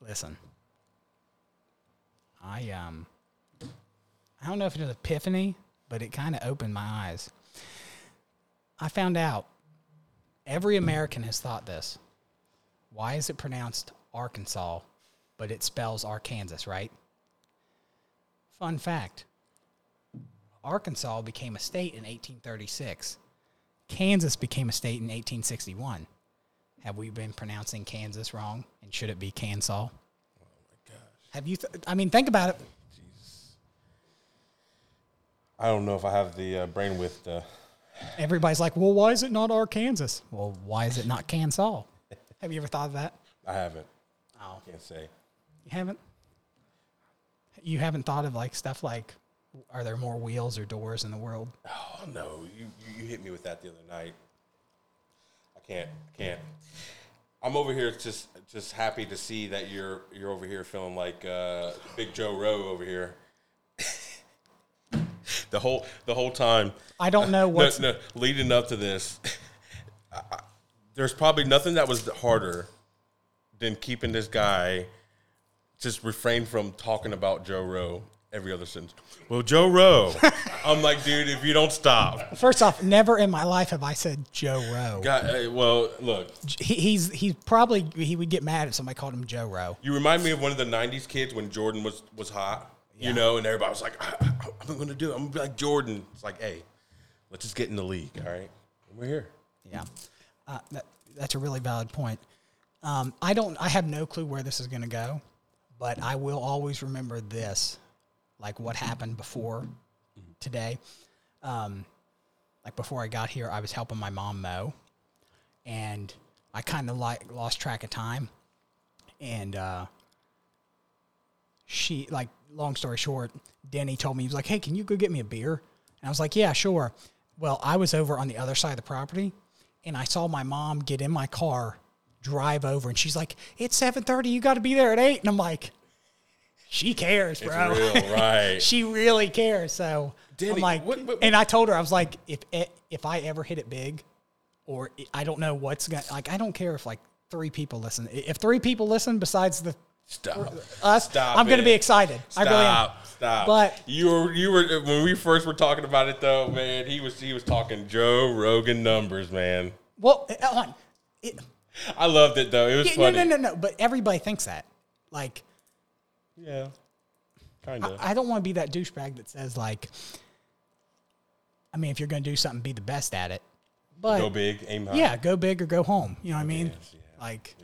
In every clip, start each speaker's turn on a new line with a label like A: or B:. A: listen, I um, I don't know if it was epiphany, but it kind of opened my eyes. I found out every American has thought this. Why is it pronounced Arkansas, but it spells Arkansas, right? Fun fact Arkansas became a state in 1836. Kansas became a state in 1861. Have we been pronouncing Kansas wrong? And should it be Kansas? Have you? Th- I mean, think about it.
B: I don't know if I have the uh, brain width. Uh,
A: Everybody's like, "Well, why is it not Arkansas? Well, why is it not Kansas?" Have you ever thought of that?
B: I haven't.
A: Oh,
B: Can't say.
A: you haven't. You haven't thought of like stuff like, are there more wheels or doors in the world?
B: Oh no, you, you you hit me with that the other night. I can't. I can't. I'm over here just just happy to see that you're you're over here feeling like uh, Big Joe Rowe over here. the whole the whole time.
A: I don't know
B: No,
A: what's
B: no, leading up to this, I- I- there's probably nothing that was harder than keeping this guy just refrain from talking about Joe Rowe every other sentence. Well, Joe Rowe. I'm like, dude, if you don't stop.
A: First off, never in my life have I said Joe Rowe.
B: God, hey, well, look,
A: He, he's he's probably he would get mad if somebody called him Joe Rowe.
B: you remind me of one of the 90s kids when Jordan was, was hot, you know, and everybody was like, I, I, I'm going to do it. I'm going to be like Jordan. It's like, hey, let's just get in the league, all right? We're here.
A: Yeah, uh, that, that's a really valid point. Um, I don't. I have no clue where this is going to go, but I will always remember this, like what happened before today. Um, like before I got here, I was helping my mom mow, and I kind of like lost track of time, and uh, she like long story short denny told me he was like hey can you go get me a beer and i was like yeah sure well i was over on the other side of the property and i saw my mom get in my car drive over and she's like it's 7.30 you got to be there at 8 and i'm like she cares bro
B: It's real, right.
A: she really cares so
B: Denny,
A: i'm like
B: what- what-
A: and i told her i was like if e- if i ever hit it big or i- i don't know what's gonna like i don't care if like three people listen I- if three people listen besides the
B: Stop.
A: us,
B: Stop
A: I'm going to
B: it.
A: be excited.
B: Stop,
A: I really am.
B: stop.
A: But-
B: you were you were when we first were talking about it though, man. He was he was talking Joe Rogan numbers, man.
A: Well, eh, hold on. It,
B: I loved it though. It was
A: yeah, no,
B: funny.
A: no, no, no. But everybody thinks that. Like,
B: Yeah, kind of.
A: I don't want to be that douchebag that says like. I mean, if you're going to do something, be the best at it. But
B: Go big, aim high.
A: yeah, go big or go home. You know what I mean? Like,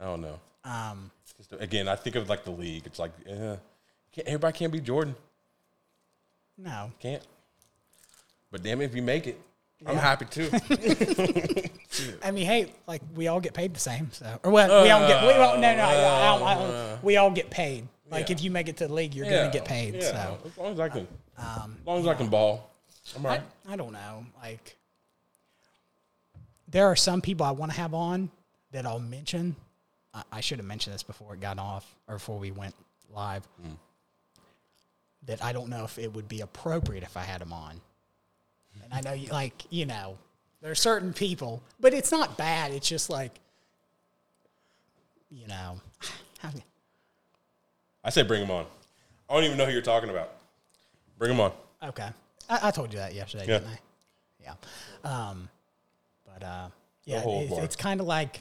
B: I don't know.
A: um,
B: Just, again, I think of like the league. It's like uh, can't, everybody can't be Jordan.
A: no.
B: Can't. But damn, it, if you make it, I'm happy too.
A: I mean, hey, like we all get paid the same. So, or well, we all get. We all, no, no, I, I don't, I don't, we all get paid. Like,
B: Yeah.
A: if you make it to the league, you're
B: Yeah,
A: going to get paid.
B: yeah,
A: So, Um,
B: as long as I can, as long as I can ball, I'm all right.
A: I don't know. Like, there are some people I want to have on that I'll mention. I, I should have mentioned this before it got off or before we went live. That I don't know if it would be appropriate if I had them on. And I know, you, like, you know, there are certain people, but it's not bad. It's just like, you know, how do you-
B: I say bring him on. I don't even know who you're talking about. Bring him on.
A: Okay. I, I told you that yesterday,
B: Yeah.
A: didn't I? Yeah. Um, but uh, yeah,
B: whole
A: it's,
B: bar.
A: it's kind of like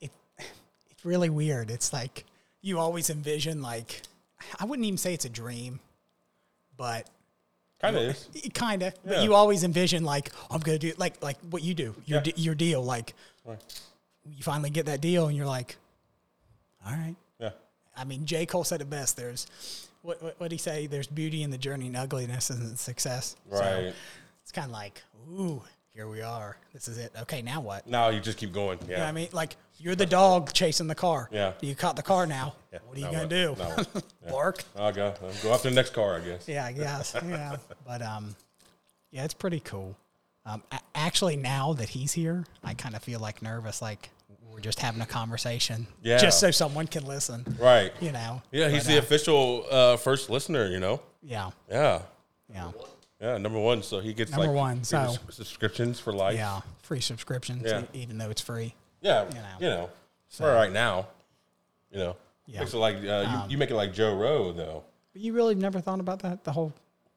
A: it, it's really weird. It's like you always envision like I wouldn't even say it's a dream, but
B: Kind of is.
A: it kind of.
B: Yeah.
A: But you always envision like "Oh, I'm gonna do like like what you do your
B: Yeah.
A: de- your deal like
B: Right.
A: you finally get that deal and you're like, all right.
B: Yeah.
A: I mean, J. Cole said it best. There's what what what he say? There's beauty in the journey and ugliness in success. So,
B: Right.
A: it's kind of like, ooh, here we are. This is it. Okay, now what? You
B: now you just keep going. Yeah.
A: know what I mean? Like, you're the dog chasing the car.
B: Yeah.
A: You caught the car now. What are you
B: now
A: going to do?
B: Now what? Yeah.
A: Bark?
B: I'll go. I'll go after the next car, I guess.
A: Yeah, I guess. yeah. But, um, yeah, it's pretty cool. Um, a- actually, now that he's here, I kind of feel like nervous. Like, we're just having a conversation.
B: Yeah.
A: Just so someone can listen.
B: Right.
A: You know?
B: Yeah, he's
A: But,
B: the
A: uh,
B: official uh, first listener, you know?
A: Yeah.
B: Yeah.
A: Yeah.
B: Yeah, number one. So he gets
A: Number
B: like
A: one,
B: his
A: so-
B: subscriptions for life.
A: Yeah. Free subscriptions,
B: Yeah.
A: e- even though it's free.
B: Yeah. You
A: You
B: know.
A: know.
B: for right now. You know,
A: Yeah. Um,
B: makes it like uh, you, you make it like Joe Rowe though.
A: But you really never thought about that? The whole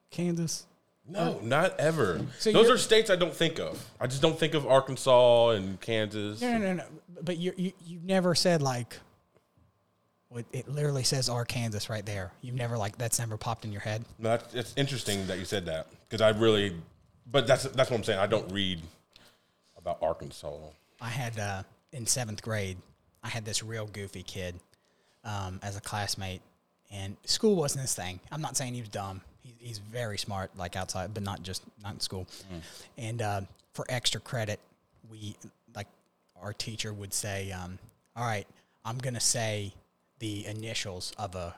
A: Kansas?
B: No, not ever.
A: Oh. So
B: Those
A: you're-
B: are states I don't think of. I just don't think of Arkansas and Kansas.
A: No, no, no, no. But you, you, you never said like, what it literally says Arkansas right there. You've never like, that's never popped in your head.
B: No, that's, it's interesting that you said that because I really, but that's that's what I'm saying. I don't read about Arkansas.
A: I had uh, in seventh grade, I had this real goofy kid um, as a classmate, and school wasn't his thing. I'm not saying he was dumb. He, he's very smart, like outside, but not just not in school. And uh, for extra credit, we like our teacher would say, um, "All right, I'm gonna say the initials of a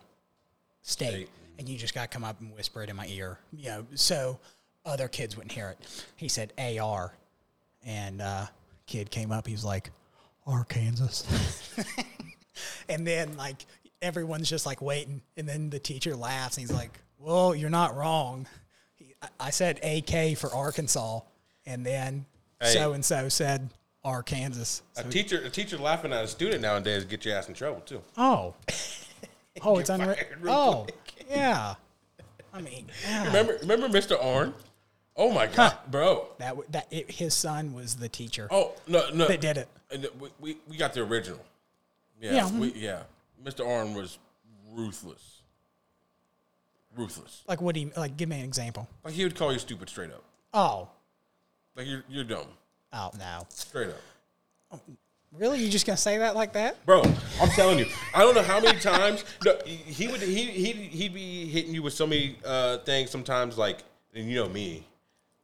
A: state, and you just got to come up and whisper it in my ear, you know, so other kids wouldn't hear it." He said AR, and uh, kid came up. He's like, Arkansas. and then like everyone's just like waiting, and then the teacher laughs. And he's like, "Well, you're not wrong. He, I- I said AK for Arkansas, and then
B: Hey.
A: so and so said Arkansas.
B: A teacher, a teacher laughing at a student nowadays get your ass in trouble too.
A: Oh, oh, it's
B: Get
A: unreal.
B: fired real
A: Oh, yeah. I mean, yeah.
B: Remember, remember Mr. Arn? Oh my god, bro.
A: that w- that it, his son was the teacher
B: Oh no, no.
A: that did it.
B: And we, we, we got the original. Yeah,
A: Yeah. mm-hmm.
B: We, yeah. Mr. Arn was ruthless. Ruthless.
A: Like, what do you like? Give me an example.
B: Like he would call you stupid straight up.
A: Oh,
B: Like you're you're dumb
A: oh no.
B: straight up.
A: Really? You just gonna say that like that?
B: Bro, I'm telling you, I don't know how many times no, he would he he he'd be hitting you with so many uh, things sometimes. Like, and you know me,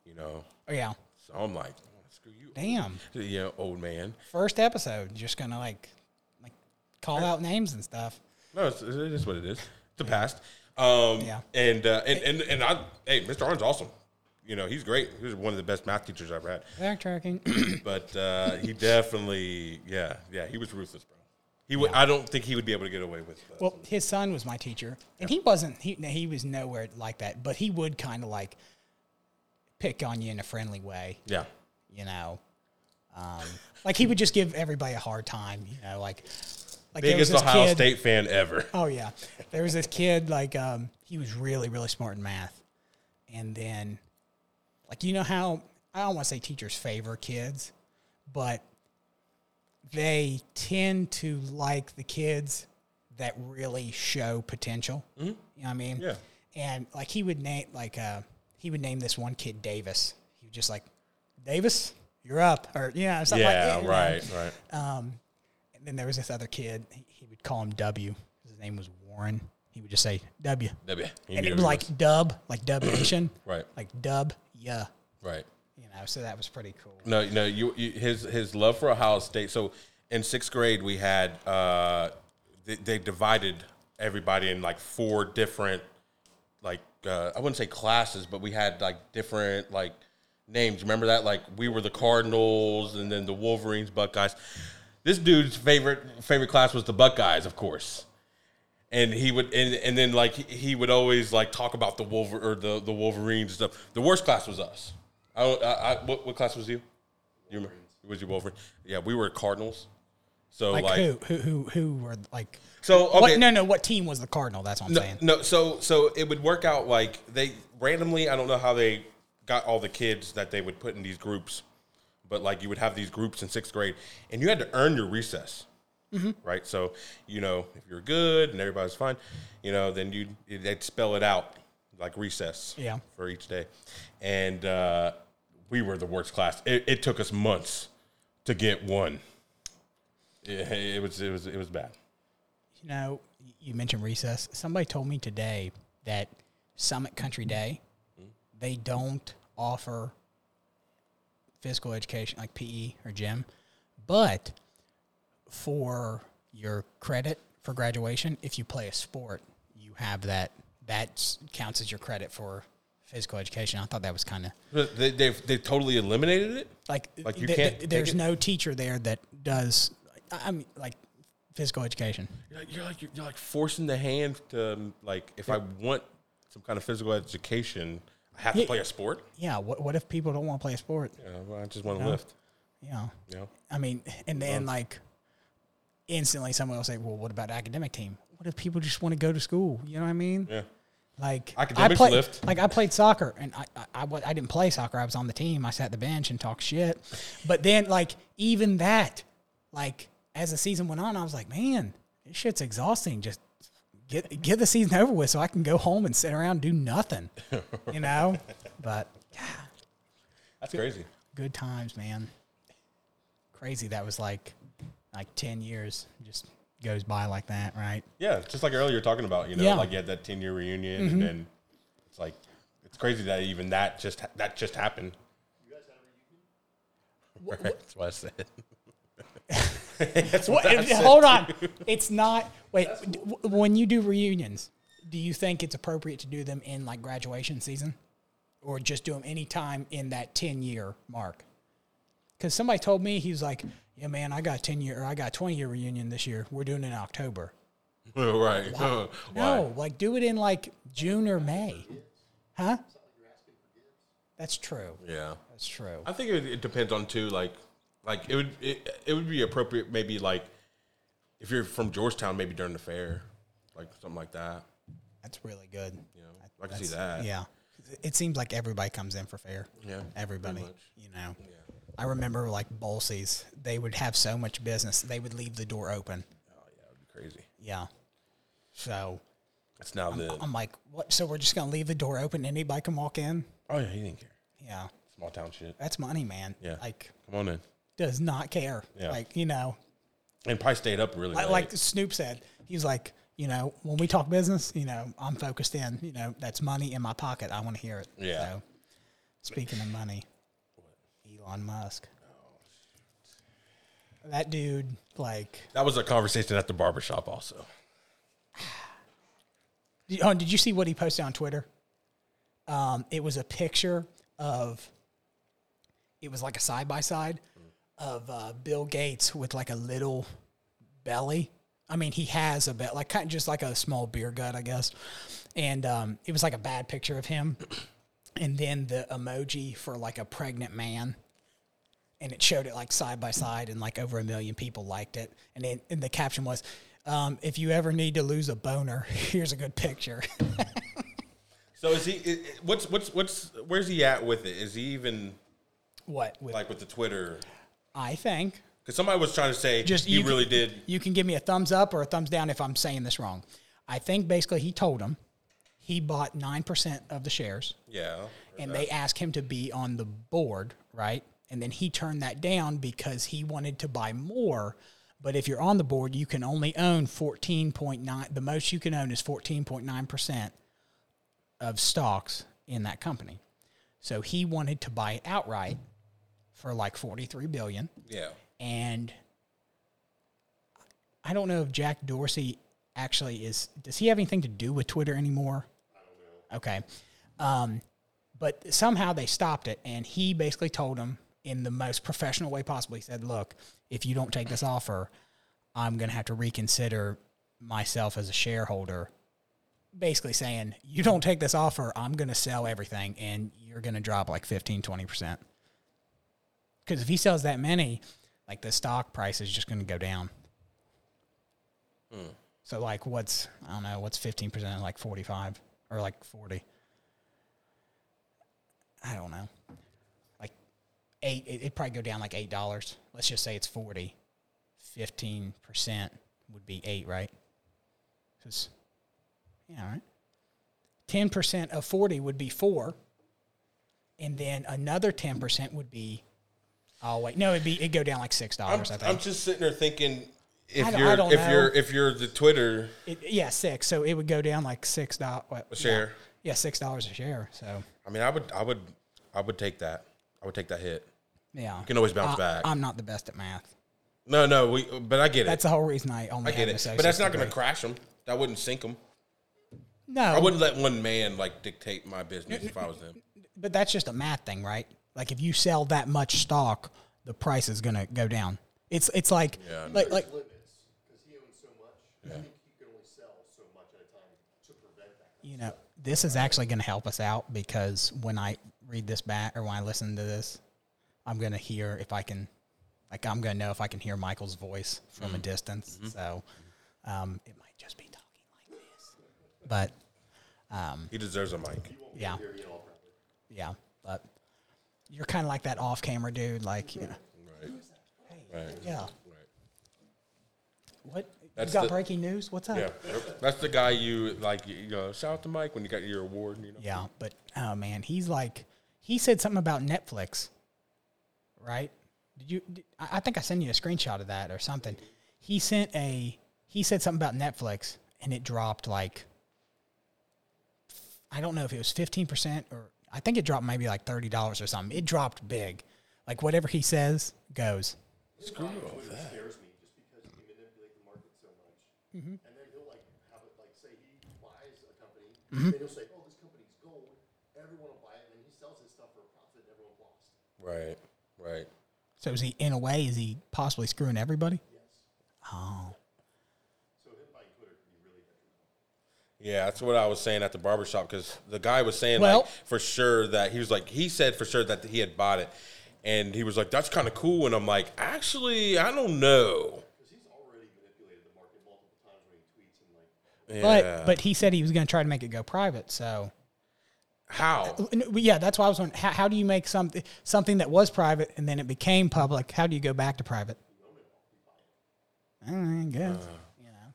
B: you know.
A: Oh, yeah.
B: So I'm like, "Oh, screw you,
A: Damn.
B: you know, old man.
A: First episode, just gonna like, like call out names and stuff.
B: No, it's, it is what it is. It's the past. Um,
A: Yeah.
B: And, uh, and and and I, hey, Mr. Arn's awesome. You know, he's great. He was one of the best math teachers I've had.
A: Backtracking.
B: But uh, he definitely, yeah, yeah, he was ruthless, bro. He, would. I don't think he would be able to get away with. That.
A: well, his son was my teacher, and he wasn't. He he was nowhere like that, but he would kind of like pick on you in a friendly way.
B: yeah.
A: you know. Um, like he would just give everybody a hard time, you know, like like there was
B: Biggest
A: this
B: Ohio
A: kid,
B: State fan ever.
A: Oh yeah, there was this kid like um, he was really really smart in math, and then like you know how I don't want to say teachers favor kids, but they tend to like the kids that really show potential. You know what I mean?
B: Mm-hmm. Yeah.
A: And like he would name like uh he would name this one kid Davis. He was just like Davis, you're up, or you know something like eh,
B: Yeah,
A: that. you know?
B: right, right.
A: And then there was this other kid. He, he would call him W. His name was Warren. He would just say W.
B: That'd be- you
A: And
B: knew
A: it
B: who
A: was like dub, like dub nation.
B: Right.
A: Like dub, yeah.
B: right.
A: You know, so that was pretty cool.
B: No, no, you, you his his love for Ohio State. So in sixth grade, we had uh, they, they divided everybody in like four different like uh, I wouldn't say classes, but we had like different like names. Remember that? Like we were the Cardinals, and then the Wolverines, Buckeyes. This dude's favorite favorite class was the Buckeyes, of course. And he would, and, and then like he- he would always like talk about the Wolver or the, the Wolverines and stuff. The worst class was us. I, don't- I, I what, what class was you? You remember? Was you Wolverine? Yeah, we were Cardinals. So
A: Like,
B: like,
A: who, who, who, who were like?
B: so okay,
A: What, no, no. What team was the Cardinal? That's what I'm
B: no,
A: saying.
B: no, so so it would work out like they randomly. I don't know how they got all the kids that they would put in these groups, but like you would have these groups in sixth grade, and you had to earn your recess, right? So you know if you're good and everybody's fine, you know then you they'd spell it out like recess,
A: Yeah.
B: for each day, and uh, we were the worst class. It, it took us months to get one. It, it was it was it was bad.
A: You know, you mentioned recess. Somebody told me today that Summit Country Day, they don't offer physical education like PE or gym, but for your credit for graduation, if you play a sport, you have that. That s- counts as your credit for physical education. I thought that was kind of
B: But They, they've they totally eliminated it.
A: like,
B: Like, you
A: th-
B: can't
A: th-
B: take
A: there's
B: it?
A: no teacher there that does. I I mean, like physical education.
B: You're like you're like, you're, like forcing the hand to um, like if I want some kind of physical education, I have to
A: Yeah.
B: play a sport.
A: Yeah. What What if people don't want to play a sport?
B: You know, I just want to lift.
A: Yeah.
B: You know,
A: I mean, and then like, instantly someone will say, well, what about the academic team? What if people just want to go to school? You know what I mean?
B: Yeah.
A: Like I
B: Academics
A: played,
B: lift.
A: like I played soccer, and I, I, I wa- I didn't play soccer. I was on the team. I sat the bench and talked shit. But then, like even that, like as the season went on, I was like, man, this shit's exhausting. Just get get the season over with, so I can go home and sit around and do nothing, you know. But
B: That's crazy.
A: good times, man. Crazy that was like like ten years just goes by like that, right?
B: Yeah, just like earlier you were talking about, you know,
A: Yeah. Mm-hmm.
B: like you had that ten year reunion, and then it's like it's crazy that even that just ha- that just happened. You guys have a reunion. That's what I said. That's what,
A: Well,
B: I
A: it-
B: said.
A: hold on. It's not. Wait. d- w- when you do reunions, do you think it's appropriate to do them in like graduation season, or just do them anytime in that ten year mark? Because somebody told me he was like, "Yeah, man, I got a ten year, or I got a twenty year reunion this year. We're doing it in October."
B: right? Why?
A: No, like do it in like June or May, huh? That's true.
B: Yeah,
A: That's true.
B: I think it, it depends on too. Like, like it would it, it would be appropriate maybe like if you're from Georgetown, maybe during the fair, like something like that.
A: That's really good.
B: You know, I can see that.
A: Yeah. It seems like everybody comes in for fair.
B: Yeah,
A: Everybody.
B: pretty much.
A: You know. I remember like Bolsey's, they would have so much business, they would leave the door open.
B: Oh yeah, it would be crazy.
A: Yeah. So
B: It's now the
A: I'm like, what? So we're just going to leave the door open? Anybody can walk in?
B: oh yeah, he didn't care.
A: Yeah.
B: Small town shit.
A: That's money, man.
B: Yeah.
A: Like,
B: Come on in.
A: does not care.
B: Yeah.
A: Like, you know,
B: And probably stayed up really
A: I-
B: late.
A: like Snoop said, he's like, you know, when we talk business, you know, I'm focused in, you know, that's money in my pocket. I want to hear it.
B: Yeah.
A: So, speaking of money, Elon Musk. That dude, like,
B: that was a conversation at the barbershop also.
A: Did- Oh, did you see what he posted on Twitter? Um, it was a picture of. It was like a side by side of uh, Bill Gates with like a little belly. I mean, he has a belly, like kind of just like a small beer gut, I guess. And um, it was like a bad picture of him, and then the emoji for like a pregnant man. And it showed it like side by side, and like over a million people liked it. And then and the caption was, um, "If you ever need to lose a boner, here's a good picture."
B: So is he i- i- what's what's what's where's he at with it? Is he even
A: What? With,
B: like with the Twitter?
A: I think.
B: Cuz somebody was trying to say
A: Just
B: he
A: you can-
B: really did
A: You can give me a thumbs up or a thumbs down if I'm saying this wrong. I think basically he told him he bought 9% of the shares
B: yeah.
A: and they asked him to be on the board, right? And then he turned that down because he wanted to buy more. But if you're on the board, you can only own 14.9 the most you can own is 14.9% of stocks in that company. So he wanted to buy it outright for like 43 billion
B: Yeah.
A: and I don't know if Jack Dorsey actually is. Does he have anything to do with Twitter anymore? I don't know. Okay, um, but somehow they stopped it, and he basically told him in the most professional way possible. He said, "Look, if you don't take this offer, I'm going to have to reconsider myself as a shareholder." Basically saying, you don't take this offer, I'm going to sell everything and you're going to drop like 15, 20% because if he sells that many, like the stock price is just going to go down. So like, what's I don't know, what's fifteen percent, like forty five or like forty? I don't know. Like eight, it, it'd probably go down like eight dollars. Let's just say it's forty. Fifteen percent would be eight, right? 'Cause- yeah, all right. Ten percent of forty would be four, and then another ten percent would be. Oh wait, no, it'd be it'd go down like six
B: I'm,
A: dollars. I think.
B: I'm just sitting there thinking if
A: I don't- I
B: you're
A: don't
B: if
A: know.
B: you're if you're the Twitter
A: It, yeah, six. So it would go down like six dollars.
B: share,
A: Yeah, six dollars a share. So
B: I mean I would I would I would take that. I would take that hit.
A: yeah,
B: You can always bounce back.
A: I'm not the best at math.
B: no, no, we but I get it.
A: uh, That's the whole reason I only
B: I get it. But that's not going to crash them. That wouldn't sink them.
A: No,
B: I wouldn't let one man like dictate my business if I was them.
A: but that's just a math thing, right? Like if you sell that much stock, the price is going to go down. It's it's like
B: Yeah, I know.
A: like like
C: limits because he owns so much. I think he can only sell so much at a time to prevent that.
A: you know this is actually going to help us out because when I read this back or when I listen to this, I'm going to hear if I can Like I'm gonna know if I can hear Michael's voice from
B: Mm-hmm.
A: a distance. So um, it might just be talking like this. But
B: He deserves a mic.
A: yeah, yeah. But you're kind of like that off-camera dude. Like you know,
B: Right. Right.
A: yeah.
B: Right.
A: What
B: That's
A: you got?
B: the-
A: breaking news? What's up?
B: Yeah, that's the guy you like. You know, shout out to Mike when you got your award. You know,
A: Yeah, but oh man, he's like he said something about Netflix, right? Did you? Did, I I think I sent you a screenshot of that or something. He sent a he said something about Netflix and it dropped like I don't know if it was fifteen percent or I think it dropped maybe like thirty dollars or something. It dropped big, like whatever he says goes.
B: screw all that.
C: scares me just because he manipulate the market so much. And then he'll like have it like say he buys a company, and then he'll say, "Oh, this company's gold. Everyone will buy it." And then he sells his stuff for a profit, and everyone's lost.
B: Right, right.
A: So is he in a way is he possibly screwing everybody?
C: Yes.
A: Oh,
C: So him buying Twitter can be really detrimental.
B: Yeah, that's what I was saying at the barbershop because the guy was saying
A: Well-
B: like for sure that he was like he said for sure that he had bought it, and he was like that's kind of cool, and I'm like actually I don't know.
C: Because he's already manipulated the market multiple times when he tweets and like.
B: Yeah.
A: but but he said he was going to try to make it go private. So
B: how?
A: N- well, Yeah, that's why I was wondering. How, how do you make something something that was private and then it became public? How do you go back to private? I don't know, I guess.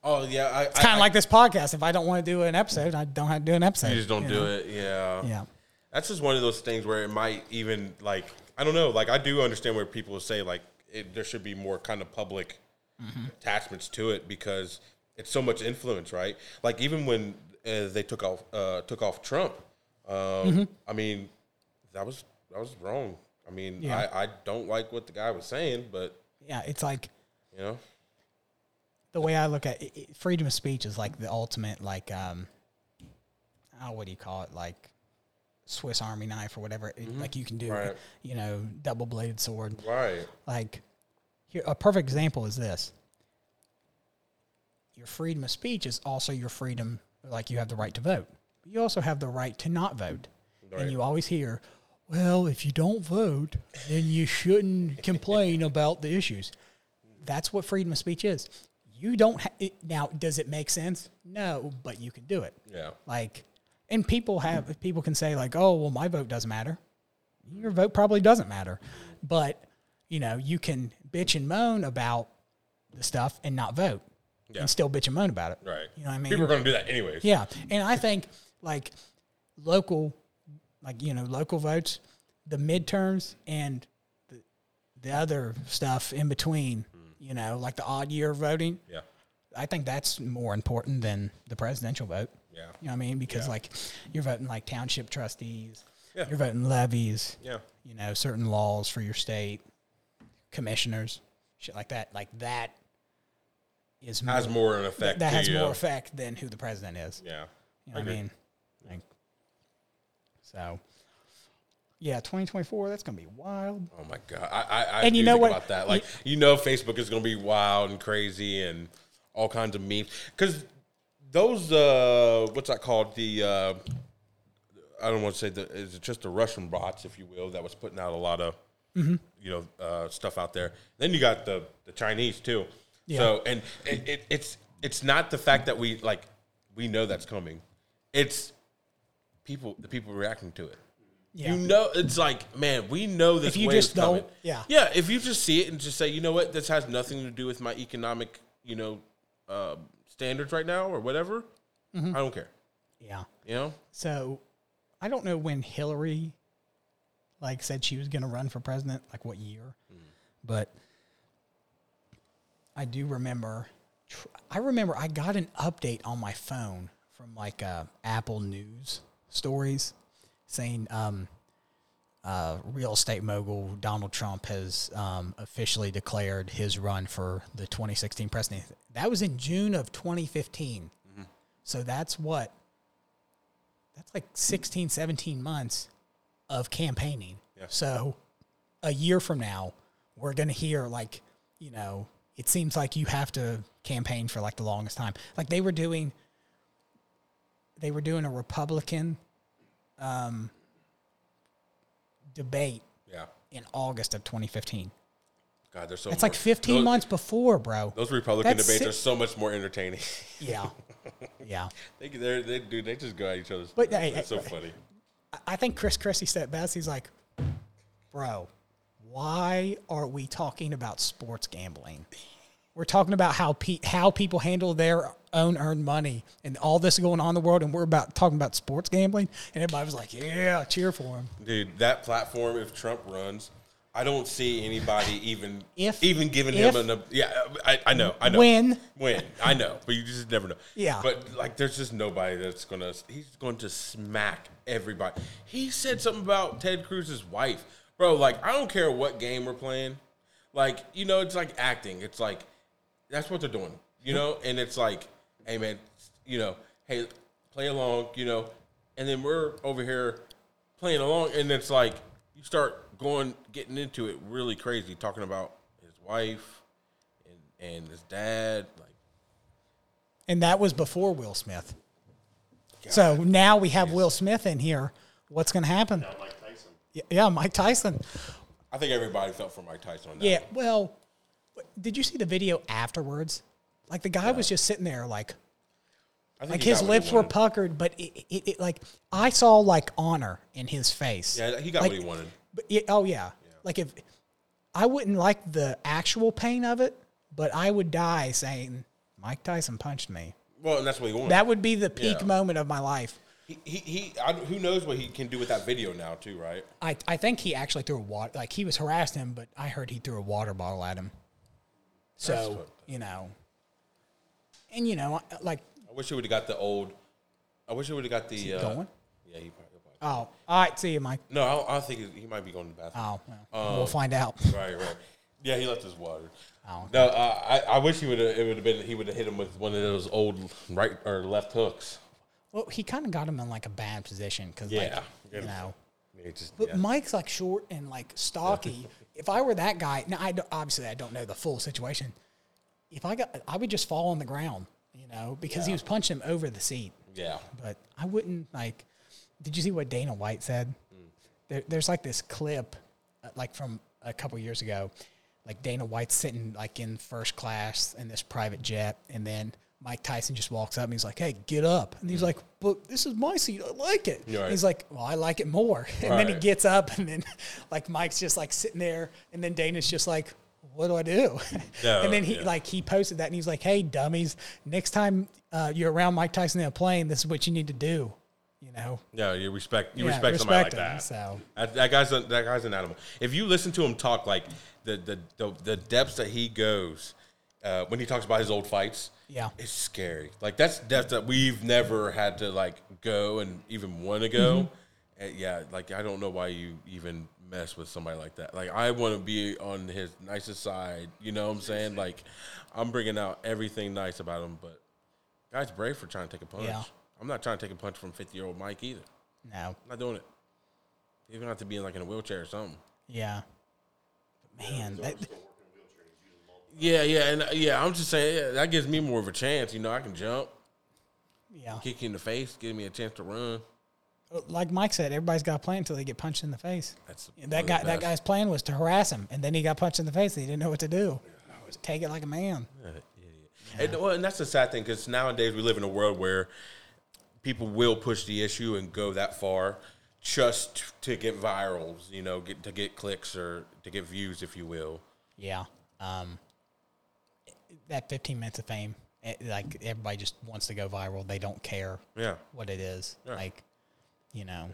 B: Oh yeah, I,
A: it's kind of like this podcast. If I don't want to do an episode, I don't have to do an episode.
B: you just don't
A: you
B: do
A: know?
B: it. Yeah,
A: Yeah,
B: That's just one of those things where it might even like I don't know. Like I do understand where people say like it, there should be more kind of public
A: Mm-hmm.
B: attachments to it because it's so much influence, right? Like even when uh, they took off uh, took off Trump, um,
A: Mm-hmm.
B: I mean that was that was wrong. I mean
A: Yeah.
B: I, I don't like what the guy was saying, but
A: yeah. It's like
B: you know
A: the way I look at it, it, freedom of speech is like the ultimate, like, um, oh, what do you call it? Like Swiss Army knife or whatever. It- Like you can do,
B: Mm-hmm. Right.
A: you know, double bladed sword.
B: right,
A: like here a perfect example is this your freedom of speech is also your freedom like you have the right to vote you also have the right to not vote
B: Right.
A: and you always hear well if you don't vote then you shouldn't complain about the issues that's what freedom of speech is you don't ha- it, now does it make sense no but you can do it
B: yeah,
A: like and people have people can say like oh well my vote doesn't matter your vote probably doesn't matter but you know you can bitch and moan about the stuff and not vote
B: Yeah.
A: and still bitch and moan about it
B: right.
A: you know what i mean
B: People are going to do that anyways.
A: yeah, and I think like local, like you know, local votes, the midterms, and the, the other stuff in between.
B: Hmm.
A: You know, like the odd year voting.
B: Yeah.
A: I think that's more important than the presidential vote.
B: Yeah.
A: you know what I mean because like you're voting like township trustees,
B: Yeah.
A: you're voting levies,
B: Yeah.
A: you know, certain laws for your state, commissioners, shit like that. Like that is
B: Has more an effect.
A: that
B: to
A: has
B: you.
A: more effect than who the president is.
B: uh, Yeah.
A: You know what I mean? Like, so, yeah, 2024, that's going to be wild.
B: Oh my god! I I, I
A: And
B: do
A: you know
B: think
A: what?
B: about that. Like you know, Facebook is going to be wild and crazy and all kinds of memes because those uh, what's that called? The uh, I don't want to say the is it just the Russian bots, if you will, that was putting out a lot of
A: Mm-hmm.
B: you know uh, stuff out there. Then you got the the Chinese too.
A: Yeah.
B: So and it, it, it's it's not the fact that we like we know that's coming. It's people the people reacting to it.
A: Yeah.
B: You know, it's like, man, we know
A: If
B: this.
A: you
B: wave
A: just
B: is coming.
A: don't- yeah.
B: yeah. If you just see it and just say, you know what, this has nothing to do with my economic, you know, uh, standards right now or whatever.
A: Mm-hmm.
B: I don't care.
A: Yeah.
B: You know,
A: So, I don't know when Hillary, like, said she was going to run for president, like, what year, but I do remember, tr- I remember I got an update on my phone from, like, uh, Apple News stories saying, um, uh, real estate mogul Donald Trump has um, officially declared his run for the 2016 presidency. That was in June of 2015. So that's what, that's like 16, 17 months of campaigning. So a year from now, we're going to hear like, you know, it seems like you have to campaign for like the longest time. Like they were doing, they were doing a Republican um, debate
B: yeah,
A: in August of 2015.
B: God, they're so.
A: It's like
B: more-
A: 15
B: those-
A: months before, bro.
B: Those Republican
A: That's
B: debates
A: si-
B: are so much more entertaining.
A: Yeah. Yeah.
B: they they're- they do they just go at each other's.
A: But,
B: throats.
A: hey,
B: That's
A: hey,
B: so funny.
A: I- I think Chris Christie said it best. He's like, bro, why are we talking about sports gambling? We're talking about how pe- how people handle their own earned money and all this going on in the world, and we're about talking about sports gambling. And everybody was like, "Yeah, cheer for him."
B: Dude, that platform, if Trump runs, I don't see anybody even
A: If-
B: even giving
A: if-
B: him an yeah. I, I know, I know.
A: When?
B: when I know, but you just never know.
A: Yeah.
B: but like, there's just nobody that's gonna. He's going to smack everybody. He said something about Ted Cruz's wife, bro. Like, I don't care what game we're playing. Like, you know, it's like acting. It's like that's what they're doing, you know. And it's like, hey man, you know, hey, play along, you know. And then we're over here playing along, and it's like you start going, getting into it really crazy, talking about his wife and and his dad. Like,
A: And that was before Will Smith. So now we have Will Smith in here. What's going to happen?
C: Now Mike Tyson.
A: Y- Yeah, Mike Tyson.
B: I think everybody felt for Mike Tyson. On that
A: Yeah.
B: one.
A: Well, did you see the video afterwards? Like the guy was just sitting there, like
B: I think
A: like
B: he got
A: his
B: what he
A: lips were
B: wanted.
A: puckered, but it, it, it like I saw like honor in his face.
B: Yeah, he got
A: like,
B: what he wanted.
A: But yeah, oh yeah. like if I wouldn't like the actual pain of it, but I would die saying Mike Tyson punched me.
B: Well, and that's what he wanted.
A: That would be the peak
B: Yeah.
A: moment of my life.
B: he he, he I, who knows what he can do with that video now too, right?
A: I, I think he actually threw a water like he was harassing him, but I heard he threw a water bottle at him. So
B: fucked up.
A: you know, and you know, I- like
B: I wish he would have got the old. I wish he would have got the. uh,
A: going?
B: Yeah, he probably. he'll probably-
A: oh, all right, see you, Mike.
B: No, I, don't- I don't think he- he might be going to the bathroom.
A: Oh, well, we'll find out.
B: Right, right. Yeah, he left his water.
A: Oh,
B: No, uh, I, I wish he would have. It would have been. He would have hit him with one of those old right or left hooks.
A: Well, he kind of got him in like a bad position because,
B: Yeah.
A: like, you know.
B: He just,
A: But
B: yeah.
A: Mike's like short and like stocky. if I were that guy, now I don't- obviously I don't know the full situation. If I got, I would just fall on the ground, you know, because he was punching him over the seat.
B: yeah.
A: But I wouldn't like. Did you see what Dana White said?
B: Hmm.
A: There, there's like this clip, uh, like from a couple years ago, like Dana White's sitting like in first class in this private jet, and then Mike Tyson just walks up and he's like, "Hey, get up!" And he's like, "But this is my seat. I like it."
B: Hmm. Right.
A: He's like, "Well, I like it more." And then he
B: Right.
A: gets up, and then like Mike's just like sitting there, and then Dana's just like. What do I do?
B: No,
A: and then he
B: yeah.
A: like he posted that and he's like, "Hey dummies, next time uh, you're around Mike Tyson in a plane, this is what you need to do." You know,
B: Yeah, you respect you
A: Yeah,
B: respect, somebody like
A: respect him,
B: that.
A: so.
B: that, that guy's a, that guy's an animal. If you listen to him talk, like the the the, the depths that he goes uh, when he talks about his old fights,
A: Yeah.
B: it's scary. Like that's depths that we've never had to like go and even want to go.
A: Mm-hmm.
B: And yeah, like I don't know why you even mess with somebody like that. Like I want to be on his nicest side. You know what I'm saying? Like I'm bringing out everything nice about him, but guy's brave for trying to take a punch.
A: Yeah.
B: I'm not trying to take a punch from 50 year old Mike either.
A: no,
B: I'm not doing it. He's gonna have to be in like in a wheelchair or something.
A: yeah, man, that,
B: Yeah, yeah, and uh, yeah. I'm just saying yeah, that gives me more of a chance. You know, I can jump,
A: yeah,
B: kick you in the face, give me a chance to run.
A: like Mike said, everybody's got a plan until they get punched in the face.
B: That's
A: And that guy, that guy's plan was to harass him, and then he got punched in the face. and He didn't know what to do. Just take it like a man.
B: And, well, and that's the sad thing because nowadays we live in a world where people will push the issue and go that far just t- to get virals. You know, get to get clicks or to get views, if you will.
A: Yeah, um, that 15 minutes of fame, it, like everybody just wants to go viral. They don't care
B: Yeah,
A: what it is, like you know,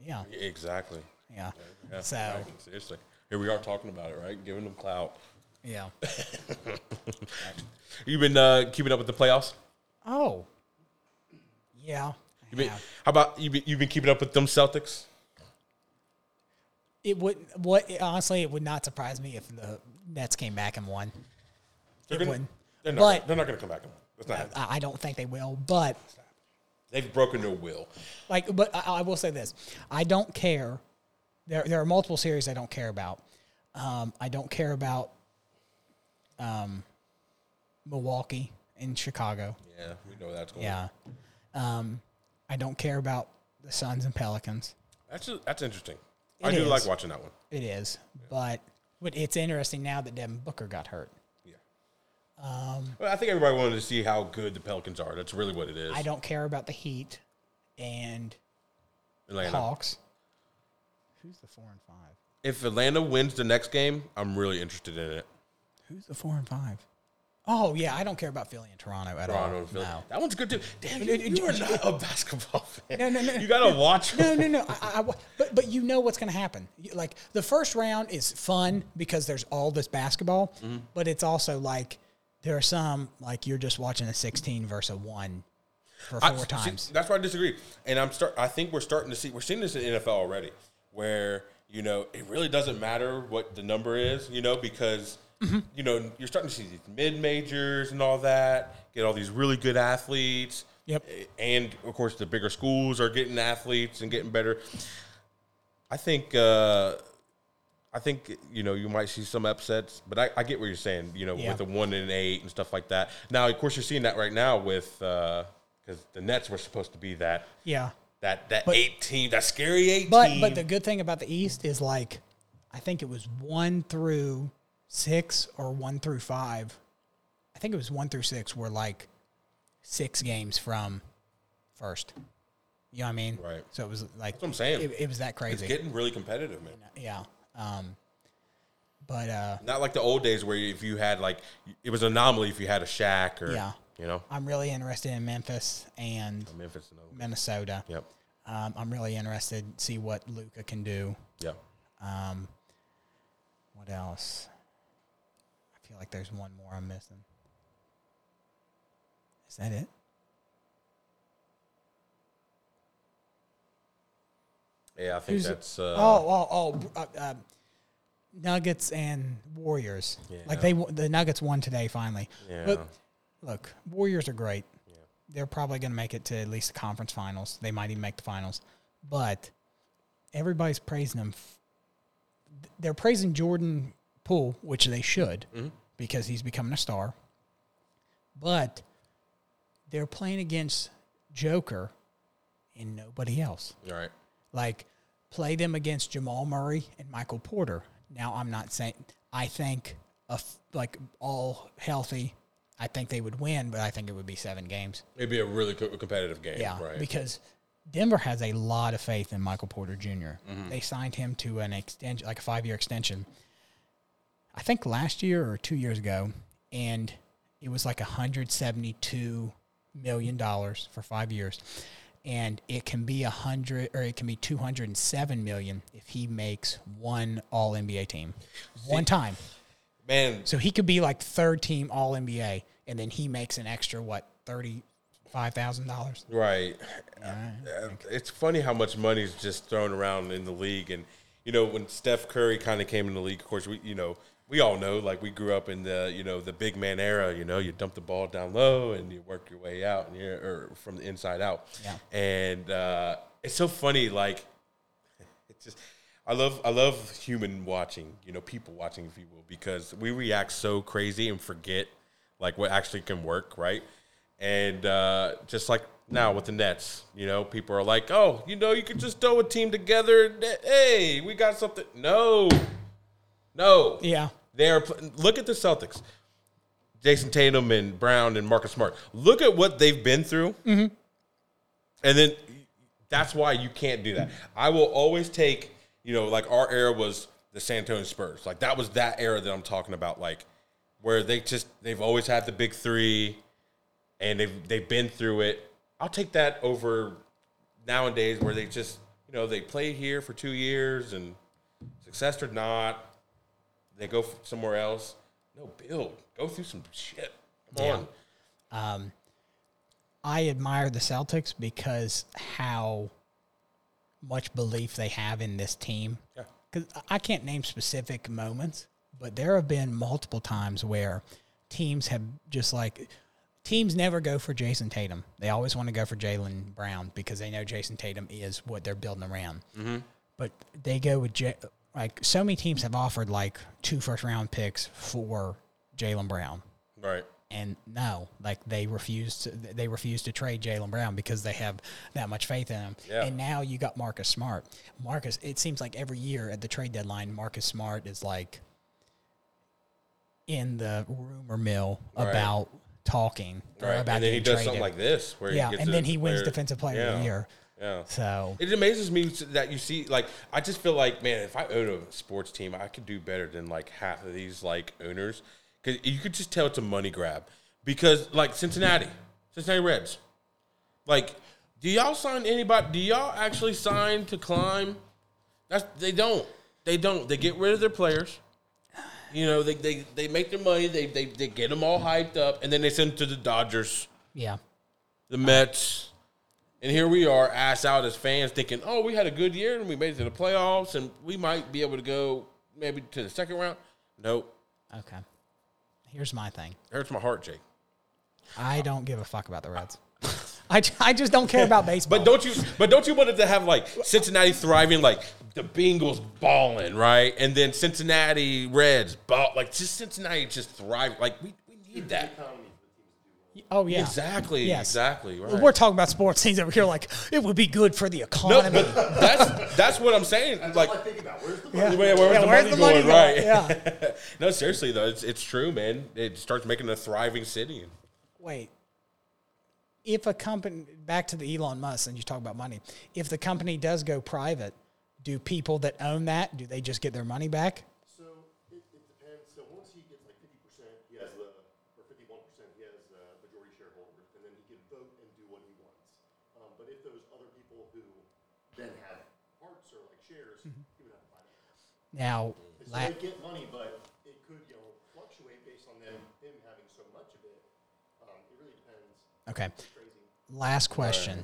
A: yeah,
B: exactly.
A: yeah.
B: Yeah,
A: So
B: right, seriously, here we are talking about it, right? Giving them clout.
A: yeah.
B: You been uh, keeping up with the playoffs?
A: Oh, yeah.
B: You been,
A: yeah.
B: How about you? Been, you been keeping up with them Celtics?
A: It would what honestly, it would not surprise me if the Nets came back and won.
B: They're
A: It
B: gonna-
A: wouldn't.
B: They're not,
A: But-
B: they're not going to come back. That's not. happening.
A: I, I don't think they will, but
B: They've broken their will.
A: like, but I, I will say this: I don't care. There, there are multiple series I don't care about. Um, I don't care about um, Milwaukee and Chicago.
B: Yeah, we know that's going.
A: Yeah. Um, I don't care about the Suns and Pelicans.
B: that's that's interesting.
A: It
B: I do
A: is.
B: like watching that one.
A: It is, but But it's interesting now that Devin Booker got hurt.
B: Yeah. Um, I think everybody wanted to see how good the Pelicans are. That's really what it is.
A: I don't care about the Heat and
B: Atlanta.
A: Hawks. Who's the four and five?
B: If Atlanta wins the next game, I'm really interested in it.
A: Who's the four and five? Oh yeah, I don't care about Philly and Toronto at
B: Toronto,
A: all.
B: and Philly.
A: Oh, No.
B: That one's good too. Damn, you, you are not a basketball fan.
A: No, no, no.
B: You gotta watch.
A: No, no, no. I, I- I wa- but but you know what's going to happen. You- Like the first round is fun because there's all this basketball,
B: Mm-hmm.
A: but it's also like there are some like you're just watching a 16 versus a one for four
B: I- see,
A: times.
B: that's why I disagree. And I'm start. I think we're starting to see. We're seeing this in NFL already, where you know it really doesn't matter what the number is, you know, because
A: Mm-hmm.
B: you know you're starting to see these mid majors and all that get all these really good athletes.
A: Yep.
B: And of course, the bigger schools are getting athletes and getting better. I think. uh I think you know you might see some upsets, but I, I get what you're saying. You know,
A: Yeah.
B: with the one and eight and stuff like that. Now, of course, you're seeing that right now with because the Nets were supposed to be that
A: yeah.
B: that that
A: But-
B: eight team, that scary eight
A: But
B: team.
A: but the good thing about the East is like I think it was one through six or one through five. I think it was one through six were like six games from first. You know what I mean?
B: Right.
A: So it was like
B: what I'm saying.
A: It, it was that
B: it's
A: crazy.
B: getting really competitive, man.
A: yeah. Um, but uh,
B: Not like the old days where if you had like it was an anomaly if you had a Shack or
A: Yeah.
B: you know
A: I'm really interested in Memphis and
B: Memphis. and Oklahoma.
A: Minnesota.
B: Yep.
A: Um, I'm really interested to see what Luca can do.
B: Yep.
A: Um, what else? I feel like there's one more I'm missing. Is that it?
B: Yeah, I think
A: Who's-
B: that's uh,
A: oh, oh, oh! Uh, uh, Nuggets and Warriors. Like they, w- the Nuggets won today finally.
B: Yeah.
A: But look, Warriors are great. They're probably going to make it to at least the conference finals. They might even make the finals. But everybody's praising them. f- They're praising Jordan Poole, which they should, because he's becoming a star. But they're playing against Joker and nobody else
B: all right.
A: like play them against Jamal Murray and Michael Porter. Now I'm not saying I think a f like all healthy, I think they would win, but I think it would be seven games.
B: It'd be a really co- competitive game,
A: Yeah,
B: right?
A: because Denver has a lot of faith in Michael Porter junior They signed him to an extension, like a five year extension. I think last year or two years ago, and it was like 172 million dollars for five years, and it can be a hundred or it can be 207 million if he makes one All NBA team, one time.
B: man,
A: So he could be like third team All NBA, and then he makes an extra what thirty five thousand dollars.
B: Right. Uh, It's funny how much money is just thrown around in the league, and you know when Steph Curry kind of came in the league. Of course, we you know we all know like we grew up in the you know the big man era. You know, you dump the ball down low and you work your way out, and you're or from the inside out.
A: Yeah.
B: And uh, it's so funny, like it's just I love I love human watching, you know, people watching, if you will, because we react so crazy and forget like what actually can work, right? And uh, just like now with the Nets, you know, people are like, oh, you know, you could just throw a team together. and th- Hey, we got something. No, no,
A: Yeah,
B: they are. pl- Look at the Celtics. Jason Tatum and Brown and Marcus Smart. Look at what they've been through, Mm-hmm. and then that's why you can't do that. I will always take you know like our era was the San Antonio Spurs. Like that was that era that I'm talking about. Like where they just they've always had the big three, and they've they've been through it. I'll take that over nowadays where they just you know they play here for two years and success or not they go f- somewhere else. No, build. Go through some shit. Come on.
A: I admire the Celtics because how much belief they have in this team.
B: Yeah.
A: Because I can't name specific moments, but there have been multiple times where teams have just like teams never go for Jason Tatum. They always want to go for Jalen Brown because they know Jason Tatum is what they're building around. But they go with J- like so many teams have offered like two first round picks for Jalen Brown
B: Right.
A: and no, like they refuse to they refuse to trade Jalen Brown because they have that much faith in him.
B: Yeah.
A: And now you got Marcus Smart. Marcus, it seems like every year at the trade deadline, Marcus Smart is like in the rumor mill
B: Right.
A: about talking or
B: Right.
A: about
B: And then he
A: getting
B: does
A: traded.
B: something like this where
A: yeah,
B: he gets
A: and
B: a
A: then he wins
B: player-
A: defensive player of
B: Yeah.
A: the year.
B: Yeah.
A: So
B: It amazes me that you see, like, I just feel like, man, if I own a sports team, I could do better than like half of these like owners because you could just tell it's a money grab. Because like Cincinnati, Cincinnati Reds, like, do y'all sign anybody? Do y'all actually sign to climb? That's they don't. They don't. They get rid of their players. You know, they they, they make their money. They, they they get them all hyped up, and then they send them to the Dodgers
A: yeah,
B: the Mets. And here we are, ass out as fans, thinking, oh, we had a good year and we made it to the playoffs and we might be able to go maybe to the second round. Nope.
A: okay. Here's my thing.
B: hurts my heart, Jake.
A: I don't give a fuck about the Reds. I, ju- I just don't care about baseball.
B: But don't you but don't you want it to have like Cincinnati thriving, like the Bengals balling, right? And then Cincinnati Reds ball like just Cincinnati just thriving. Like we, we need that.
A: oh yeah,
B: Exactly.
A: Yes.
B: Exactly. Right.
A: We're talking about sports teams over here. Like it would be good for the
B: no,
A: economy.
B: but that's that's what I'm saying. Like
C: all I think about. Where's the
A: yeah.
C: money?
B: where- where's
A: Yeah,
B: the money going? Right.
A: Yeah.
B: no, seriously though, it's it's true, man. It starts making a thriving city.
A: Wait. If a company back to the Elon Musk and you talk about money, if the company does go private, do people that own that do they just get their money back?
C: So it, it depends. So once he gets like fifty percent, he has the or fifty-one percent, he has a majority shareholder, and then he can vote and do what he wants. Um, but if those other people who then have parts or like shares, he would have to buy them.
A: Now,
C: So
A: la-
C: they get money, but it could you know fluctuate based on them him having so much of it. Um, it really depends.
A: okay.
C: It's crazy.
A: Last question.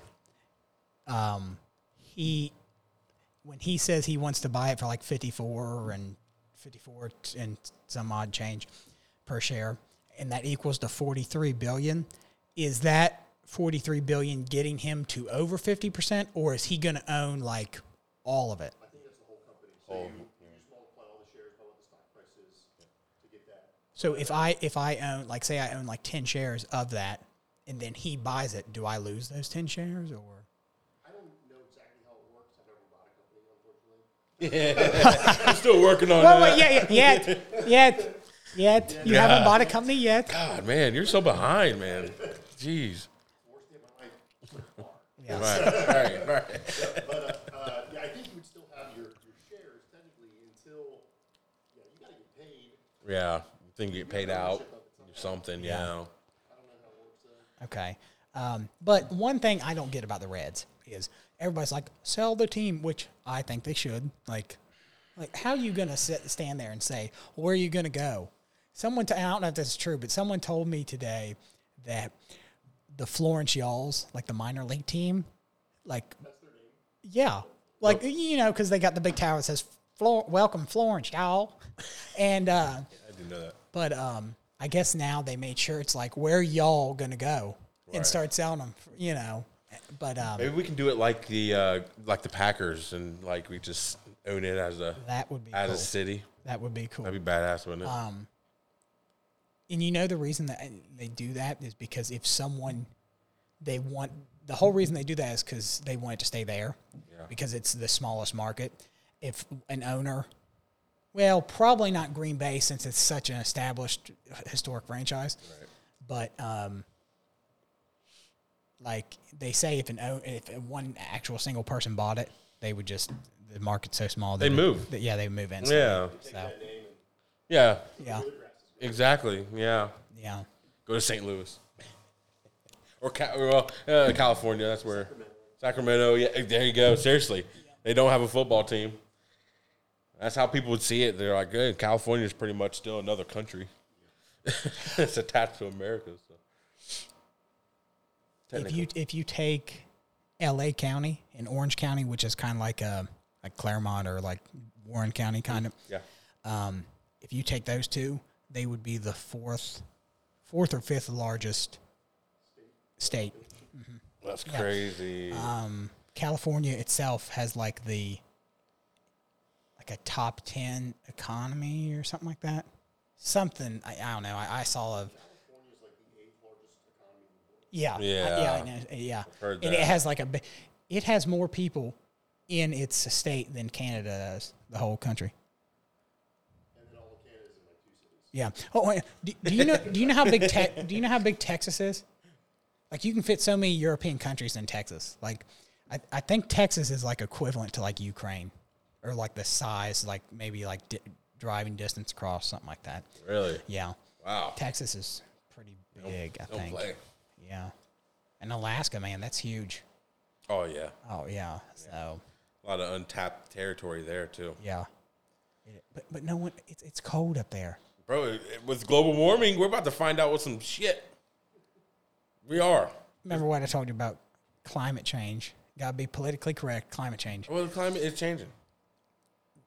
A: Um, he when he says he wants to buy it for like fifty four and fifty four and some odd change per share, and that equals to forty three billion. Is that forty three billion getting him to over fifty percent, or is he going to own like all of it?
C: I think that's the whole company. So you, you just multiply all the shares by what the stock price is to get that.
A: So if I if I own like say I own like ten shares of that, and then he buys it, do I lose those ten shares or?
C: I don't know exactly how it works. I've never bought a company, unfortunately.
B: I'm still working on
A: Well, wait,
B: that.
A: yeah, yeah, yet, yet, yet. You haven't bought a company yet.
B: God, man, you're so behind, man. Jeez.
C: Worst day of my life.
A: Yeah.
B: Right, right, right.
C: But uh, uh, yeah, I think you would still have your, your shares technically until yeah, you gotta get paid.
B: Yeah, thing get paid out or something. Yeah.
A: Okay. Um, but one thing I don't get about the Reds is everybody's like, sell the team, which I think they should. Like, like how you going to sit, stand there and say, where are you going to go? Someone, t- I don't know if this is true, but someone told me today that the Florence Yalls, like the minor league team, like, yeah, like, you know, because they got the big tower that says, Flor- welcome Florence, y'all. And, uh,
B: I didn't know that.
A: but um, I guess now they made sure it's like where y'all gonna go and
B: Right.
A: start selling them, you know. But um,
B: Maybe we can do it like the uh, like the Packers and like we just own it as a
A: that would be
B: as
A: cool. Um,
B: a city.
A: that would be cool.
B: That'd be badass, wouldn't it?
A: and you know the reason that they do that is because if someone they want the whole reason they do that is because they want it to stay there because it's the smallest market. If an owner, well, probably not Green Bay since it's such an established historic franchise, but um, like they say, if an o- if one actual single person bought it, they would just the market's so small
B: They move.
A: that- yeah, they move in.
B: yeah.
A: so,
B: Yeah.
A: yeah,
B: Exactly. Yeah.
A: yeah.
B: Go to St. Louis or Ca- well, uh, California. That's where Sacramento. Yeah, eh, there you go. Seriously, they don't have a football team. That's how people would see it. They're like, hey, California is pretty much still another country. it's attached to America. So.
A: if
B: Technically.
A: you if you take L.A. County and Orange County, which is kind of like uh, like Claremont or like Warren County, kind of.
B: yeah.
A: Um, if you take those two, they would be the fourth, fourth or fifth largest state.
B: That's crazy.
A: Um, California itself has like the like a top ten economy or something like that. Something I, I don't know. I, I saw a yeah, I- yeah, I
B: Yeah.
A: know, yeah.
B: heard
A: And it
B: that.
A: has like a, bi- it has more people in its state than Canada does the whole country.
C: And then all of Canada is in like two cities.
A: Yeah. Oh, yeah. do, do you know? Do you know how big tech? Do you know how big Texas is? Like, you can fit so many European countries in Texas. Like, I, I think Texas is like equivalent to like Ukraine, or like the size, like maybe like di- driving distance across something like that.
B: Really?
A: Yeah.
B: Wow.
A: Texas is pretty big. I
B: Don't
A: think.
B: play.
A: Yeah. And Alaska, man, that's huge.
B: Oh yeah,
A: Oh yeah. So
B: a lot of untapped territory there too,
A: yeah. It- But but no one. It's it's cold up there.
B: bro. it- it- With global warming, we're about to find out what some shit. We are.
A: Remember what I told you about climate change? Got to be politically correct. Climate change.
B: Well, the climate is changing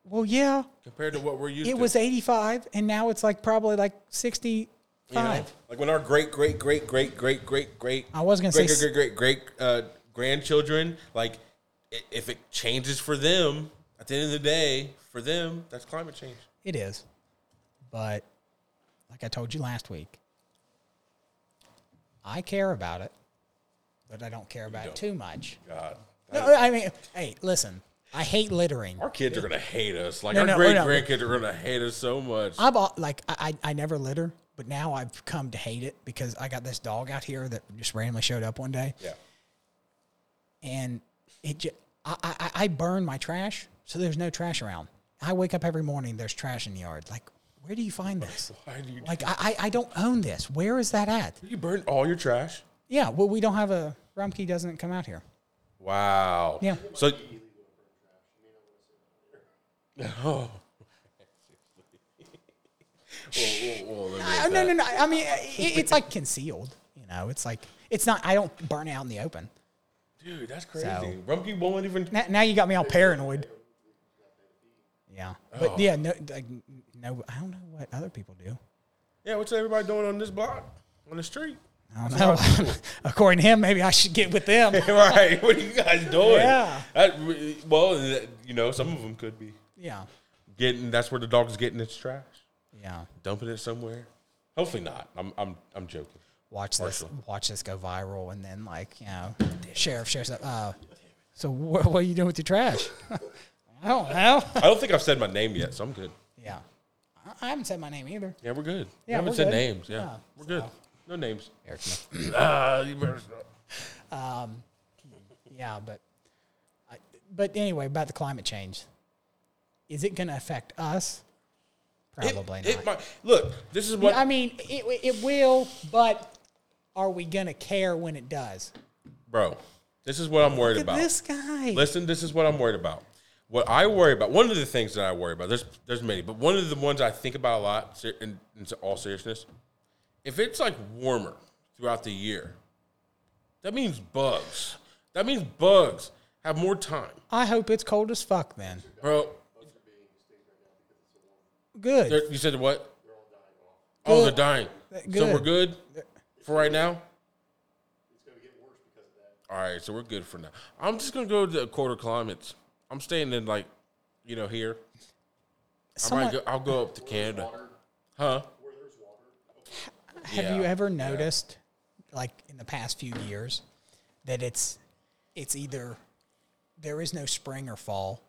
A: Well, yeah.
B: compared to what we're used
A: It
B: to.
A: was 85, and now it's like probably like 65.
B: you know? Like when our great, great, great, great, great, great, great.
A: I was gonna
B: great,
A: say
B: great, great, great, great uh, grandchildren. Like, i- if it changes for them, at the end of the day, for them, that's climate change.
A: It is. But like I told you last week, I care about it, but I don't care about it too much.
B: God,
A: No, I mean, hey, listen, I hate littering.
B: our kids are gonna hate us. Like
A: No,
B: our
A: no,
B: great
A: no.
B: grandkids are gonna hate us so much.
A: I've al- like I, I I never litter, but now I've come to hate it because I got this dog out here that just randomly showed up one day,
B: yeah.
A: and it ju- I, I I- I burn my trash, so there's no trash around. I wake up every morning, there's trash in the yard. Like, where do you find this?
B: Why do you?
A: Like, I I- I don't own this. Where is that at?
B: You burned all your trash?
A: Yeah, well, we don't have a Rumkey doesn't come out here.
B: Wow.
A: Yeah.
B: So. Oh. Whoa, whoa, whoa, let me
A: I, no, no, no. I mean, it, it's like concealed. You know, it's like it's not. I don't burn it out in the open.
B: Dude, that's crazy. Rumpke won't even.
A: Now, now you got me all paranoid. Yeah, but
B: Oh.
A: yeah, no, like, no. I don't know what other people do.
B: Yeah, what's everybody doing on this block? On the street?
A: I don't know. According to him, maybe I should get with them.
B: right. What are you guys doing?
A: Yeah.
B: That, well, that- you know, some of them could be.
A: Yeah,
B: getting. That's where the dog's getting its trash.
A: yeah.
B: Dumping it somewhere. Hopefully not. I'm, I'm, I'm joking.
A: Watch this.
B: Marshall.
A: Watch this go viral, and then like you know, sheriff shows up. Uh, so wh- what are you doing with your trash? I don't know.
B: I don't think I've said my name yet, so I'm good.
A: Yeah, I- I haven't said my name either.
B: Yeah, we're good.
A: Yeah,
B: we
A: we're
B: haven't said
A: good.
B: names. Yeah,
A: Yeah,
B: we're good.
A: so.
B: No names.
A: Eric,
B: Ah, you better stop.
A: Yeah, but I, but anyway, about the climate change, is it going to affect us?
B: It-
A: Probably
B: it
A: not.
B: might- look, this is what
A: I mean, it it will, but are we going to care when it does?
B: bro. This is what I'm worried
A: Look at
B: about.
A: this guy.
B: Listen, this is what I'm worried about. What I worry about, one of the things that I worry about, there's there's many, but one of the ones I think about a lot, ser- in, in all seriousness, if it's like warmer throughout the year, that means bugs. That means bugs have more time,
A: I hope it's cold as fuck then.
B: bro.
A: Good.
B: They're- you said what? Oh, they're dying. So
A: Good.
B: we're good for right now. All right, so we're good for now. I'm just gonna go to the quarter climates. I'm staying in like, you know, here. I might
A: Someone,
B: go, I'll go up to Canada, huh?
A: have
B: Yeah,
A: you ever noticed, like in the past few years, that it's it's either there is no spring or fall.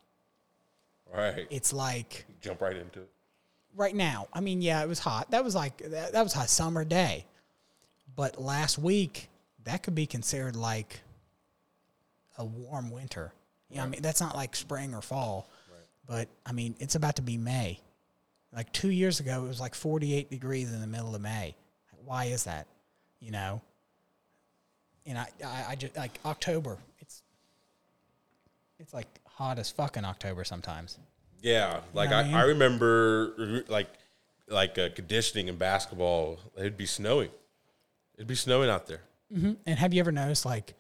B: All right,
A: It's like
B: jump right into it.
A: right now. I mean, yeah, it was hot. That was like that, that was a summer day. But last week, that could be considered like a warm winter. You know, what I mean, that's not like spring or fall. But I mean, it's about to be May. Like 2 years ago, it was like 48 degrees in the middle of May. Why is that? You know. And I I, I just like October. It's it's like hot as fuck in October sometimes.
B: Yeah, like
A: what I mean?
B: I, I remember, like like uh, conditioning in basketball, it'd be snowing. It'd be snowing out there.
A: And have you ever noticed, like,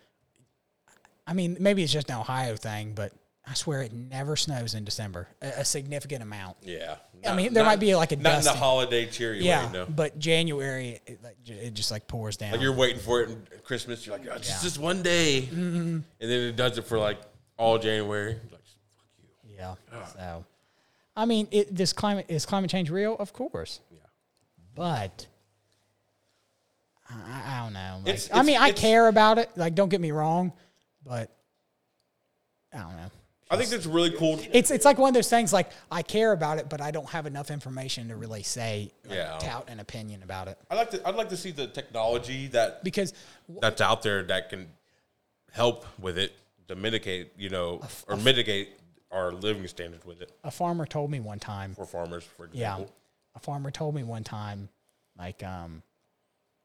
A: I mean, maybe it's just an Ohio thing, but I swear it never snows in December, a, a significant amount.
B: Yeah,
A: I mean, there might be, like, a
B: not in
A: dusting.
B: the holiday cheery
A: Yeah,
B: way. No,
A: but January, it, like, j- it just like pours down.
B: Like you're waiting for it in Christmas. You're like, oh, just this one day,
A: Mm-hmm.
B: and then it does it for like all January. Like, fuck you.
A: yeah.
B: uh.
A: So, I mean, it, this climate is climate change real? Of course. Yeah. But I- I, I don't know. Like,
B: It's-
A: I
B: it's-
A: mean, I
B: it's-
A: care about it. Like, don't get me wrong, but I don't know.
B: I I think that's really cool.
A: It's it's like one of those things like I care about it, but I don't have enough information to really say like,
B: Yeah.
A: tout an opinion about it
B: I like to. I'd like to see the technology that
A: because
B: that's out there that can help with it to mitigate, you know, or mitigate our living standards with it
A: a farmer told me one time.
B: for farmers, for
A: Yeah,
B: example.
A: a farmer told me one time, like um,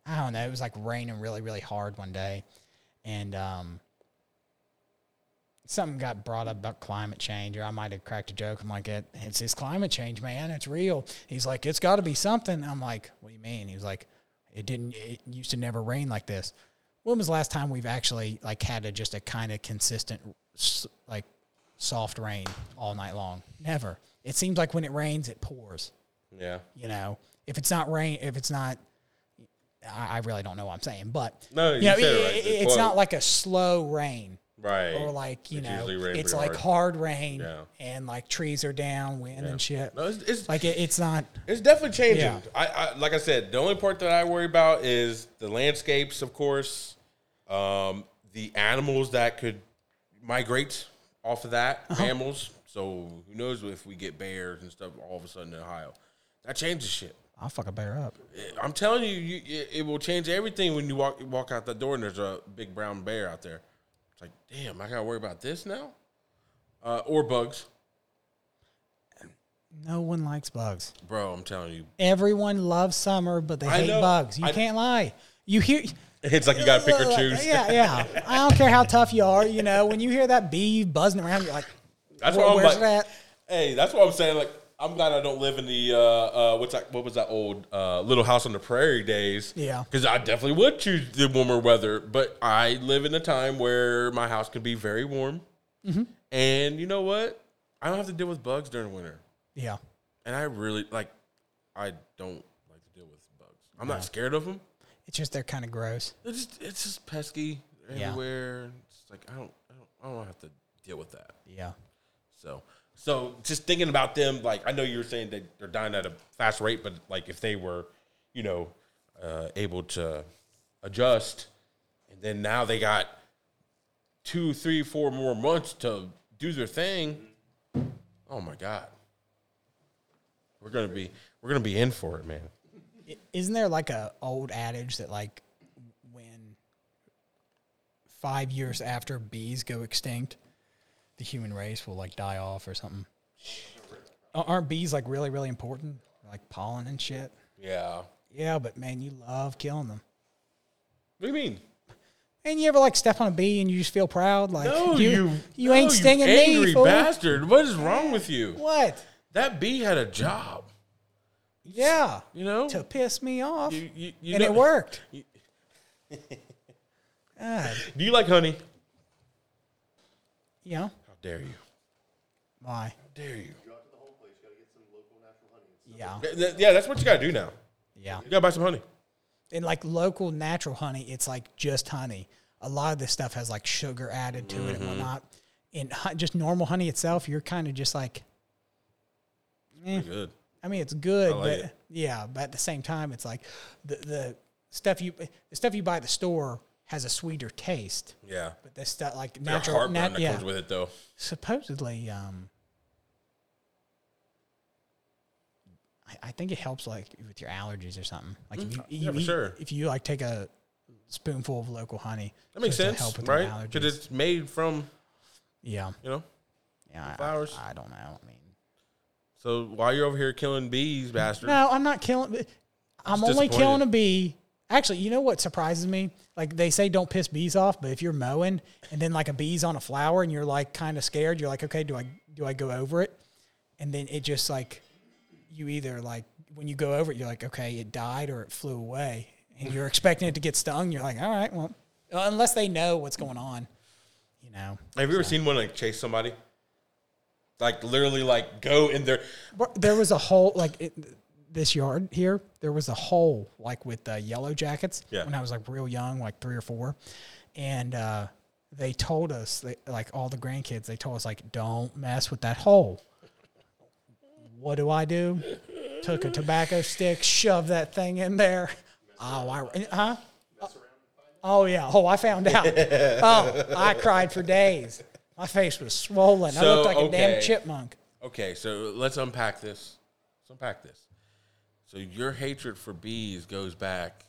A: I don't know, it was like raining really really hard one day, and um, something got brought up about climate change, or I might have cracked a joke. I'm like, it, it's this climate change, man. It's real. He's like, it's got to be something. I'm like, what do you mean? He was like, it didn't. It used to never rain like this. When was the last time we've actually like had a, just a kind of consistent s- like soft rain all night long? Never. It seems like when it rains, it pours.
B: Yeah. yeah.
A: You know, if it's not rain, if it's not, I, I really don't know what I'm saying, but
B: No,
A: you
B: you
A: know,
B: said it
A: it-
B: right.
A: it-
B: Good
A: it's
B: point.
A: not like a slow rain
B: Right.
A: or like you
B: It's
A: know,
B: usually rain
A: it's
B: pretty
A: like hard, rain
B: Yeah.
A: and like trees are down, wind and shit.
B: No, it's, it's,
A: Like it, it's not.
B: It's definitely changing.
A: Yeah.
B: I, I like I said, the only part that I worry about is the landscapes, of course, um, the animals that could migrate off of that, mammals. So who knows if we get bears and stuff all of a sudden in Ohio? That changes shit.
A: I'll fuck a bear up.
B: I'm telling you, you it, it will change everything when you walk walk out the door and there's a big brown bear out there. It's like, damn, I gotta worry about this now, uh, or bugs,
A: No one likes bugs.
B: bro. I'm telling you,
A: Everyone loves summer, but they
B: I
A: hate
B: know.
A: bugs. You
B: I-
A: can't lie. You hear.
B: it's like you gotta pick or choose.
A: Yeah, yeah. I don't care how tough you are. You know, when you hear that bee buzzing around, you're like,
B: That's
A: "Where-
B: why I'm
A: where's
B: like,
A: that?
B: Hey, that's what I'm saying. Like, I'm glad I don't live in the uh, uh, what's that? What was that old uh, Little House on the Prairie days?
A: Yeah.
B: because I definitely would choose the warmer weather. But I live in a time where my house can be very warm,
A: Mm-hmm.
B: and you know what? I don't have to deal with bugs during winter,
A: Yeah.
B: and I really like. I don't like to deal with bugs. I'm not scared of them.
A: It's just they're kind of gross.
B: It's just, it's just pesky They're
A: Yeah.
B: everywhere. It's like I don't, I don't, I don't have to deal with that.
A: Yeah.
B: So, so just thinking about them, like I know you were saying that they're dying at a fast rate, but like if they were, you know, uh, able to adjust, and then now they got two, three, four more months to do their thing. Oh my God, we're gonna be we're gonna be in for it, man.
A: I- Isn't there like a old adage that like when five years after bees go extinct, the human race will like die off or something? A- Aren't bees like really really important, like pollen and shit?
B: Yeah.
A: Yeah, but man, you love killing them.
B: What do you mean?
A: And you ever like step on a bee and you just feel proud? Like
B: No, you
A: you you ain't
B: no,
A: stinging
B: you angry
A: me, fool.
B: bastard. What is wrong with you?
A: What?
B: That bee had a job,
A: Yeah,
B: you know.
A: to piss me off,
B: You- you- you
A: and
B: know-
A: it worked.
B: you-
A: God,
B: Do you like honey?
A: you know
B: How dare you?
A: why?
B: dare you?
C: Go out to the home place, you gotta get some local natural honey. It's
A: Yeah,
B: Yeah, that's what you gotta do now.
A: yeah.
B: You gotta buy some honey.
A: And like local natural honey, it's like just honey. A lot of this stuff has like sugar added to
B: Mm-hmm.
A: it and whatnot. And hu- just normal honey itself, you're kind of just like, Mm.
B: Good.
A: I mean, it's good,
B: like
A: but
B: it.
A: yeah, but at the same time, it's like the the stuff you the stuff you buy at the store has a sweeter taste.
B: Yeah.
A: But this stuff like
B: There's
A: natural,
B: heartburn
A: nat-
B: that
A: yeah.
B: comes with it though.
A: supposedly um I, I think it helps like with your allergies or something like if you,
B: Mm-hmm. yeah,
A: you
B: for
A: eat-
B: sure.
A: if you like take a spoonful of local honey
B: That makes
A: supposed
B: sense,
A: to help with your
B: right?
A: allergies.
B: Because it's made from
A: yeah
B: you know.
A: yeah I-
B: flowers.
A: I, I don't know I mean
B: So while you're over here killing bees, bastard.
A: no I'm not killing I'm
B: Just
A: only killing
B: disappointed.
A: a bee actually you know what surprises me like they say don't piss bees off but if you're mowing and then like a bee's on a flower and you're like kind of scared you're like okay do I do I go over it and then it just like you either like when you go over it, you're like, okay, it died or it flew away, and you're expecting it to get stung. You're like, all right, well, unless they know what's going on, you know.
B: Have you ever seen one like chase somebody? Like literally, like go in there.
A: But There was a hole like it, this yard here. There was a hole like with the yellow jackets
B: Yeah.
A: when I was like real young, like three or four, and uh, they told us they, like all the grandkids. They told us like, don't mess with that hole. What do I do? Took a tobacco stick, shoved that thing in there. Oh, I huh? Oh yeah. Oh, I found out. oh, I cried Oh, for days. My face was swollen. I
B: So,
A: looked like a damn
B: okay.
A: chipmunk.
B: Okay, so let's unpack this. Let's unpack this. So your hatred for bees goes back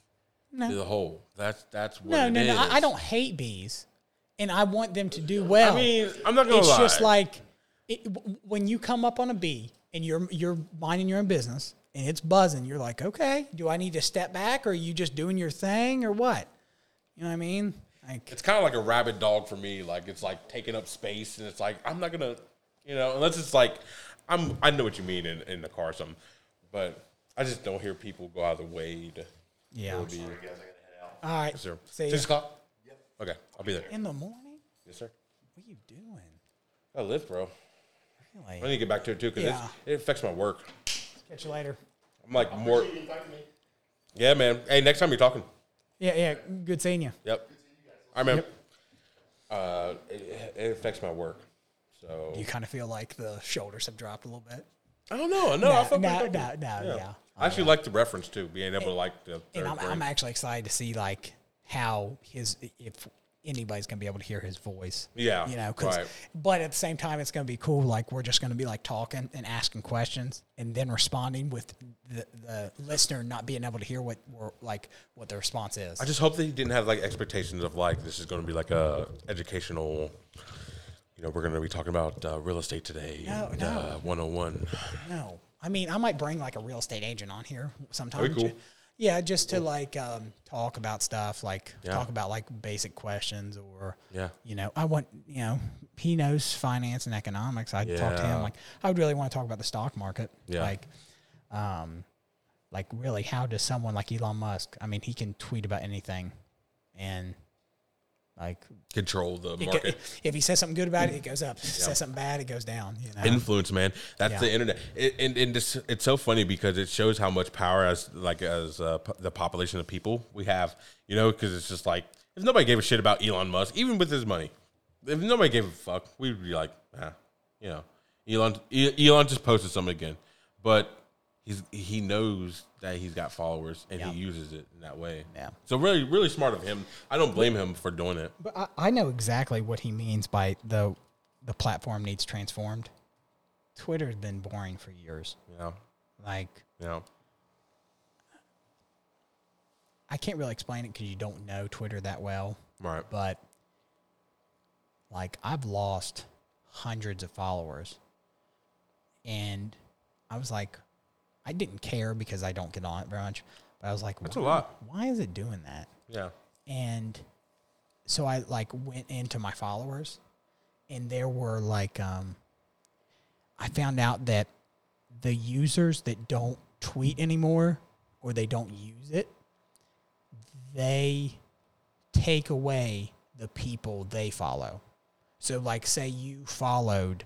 B: to the whole. That's that's what
A: No,
B: it
A: no, no.
B: is.
A: I, I don't hate bees, and I want them to do well.
B: I mean, I'm not gonna
A: it's
B: lie.
A: just like it, w- when you come up on a bee and you're you're minding your own business and it's buzzing. You're like, okay, do I need to step back, or are you just doing your thing, or what? You know what I mean? Like,
B: it's kind of like a rabid dog for me. Like it's like taking up space, and it's like I'm not gonna, you know, unless it's like I'm. I know what you mean in, in the car or something, but I just don't hear people go out of the way to.
A: yeah. All
B: be,
C: guys, I gotta head out.
A: right.
B: sir.
A: See ya.
B: Six o'clock. Okay, I'll be there.
A: in the morning.
B: Yes, sir.
A: What are you doing?
B: I live, bro. I
A: Really?
B: need to get back to it too because
A: Yeah.
B: it affects my work.
A: Catch you later.
B: I'm like more.
C: You invited me.
B: Yeah, man. Hey, next time you're talking.
A: Yeah, yeah. Good seeing you.
B: Yep. I remember. Uh, it, it affects my work. So
A: You kind of feel like the shoulders have dropped a little bit.
B: I don't know. No, Oh, I
A: No,
B: feel
A: no,
B: productive.
A: no, no, yeah.
B: I actually like the reference too, being able to like the third
A: and I'm,
B: brain.
A: I'm actually excited to see like how his if anybody's gonna be able to hear his voice.
B: Yeah,
A: you know, 'cause-
B: right.
A: but at the same time, it's gonna be cool. Like we're just gonna be like talking and asking questions, and then responding with the, the listener not being able to hear what we're like what the response is.
B: I just hope that he didn't have like expectations of like this is going to be like a educational. You know, we're going to be talking about uh, real estate today.
A: No,
B: and,
A: no.
B: Uh, 101.
A: No, I mean I might bring like a real estate agent on here sometime.
B: That'd be cool.
A: Yeah, just to like um, talk about stuff, like
B: Yeah.
A: talk about like basic questions or
B: Yeah.
A: you know, I want you know he knows finance and economics. I would talk to him
B: Yeah.
A: like I would really want to talk about the stock market.
B: Yeah.
A: like um, like really, how does someone like Elon Musk? I mean, he can tweet about anything, and like
B: Control the
A: it go-
B: market. Mm.
A: if he says something good about it, it goes up. Says something bad, it goes down. You know,
B: influence man that's
A: Yeah.
B: the internet it, and, and this, it's so funny because it shows how much power as like as uh, po- the population of people we have you know because it's just like if nobody gave a shit about elon musk even with his money if nobody gave a fuck we'd be like ah, you know elon E- elon just posted something again but he's he knows that he's got followers and
A: Yeah.
B: he uses it in that way
A: Yeah.
B: so really really smart of him i don't blame him for doing it
A: But I, I know exactly what he means by the the platform needs transformed. Twitter's been boring for years.
B: you know
A: Like
B: you know
A: I can't really explain it because you don't know Twitter that well.
B: right
A: But like I've lost hundreds of followers, and I was like, I didn't care because I don't get on it very much. But I was like,
B: that's a
A: why,
B: lot
A: why is it doing that?
B: yeah
A: and so I like went into my followers, and there were like um, I found out that the users that don't tweet anymore or they don't use it, they take away the people they follow. So like, say you followed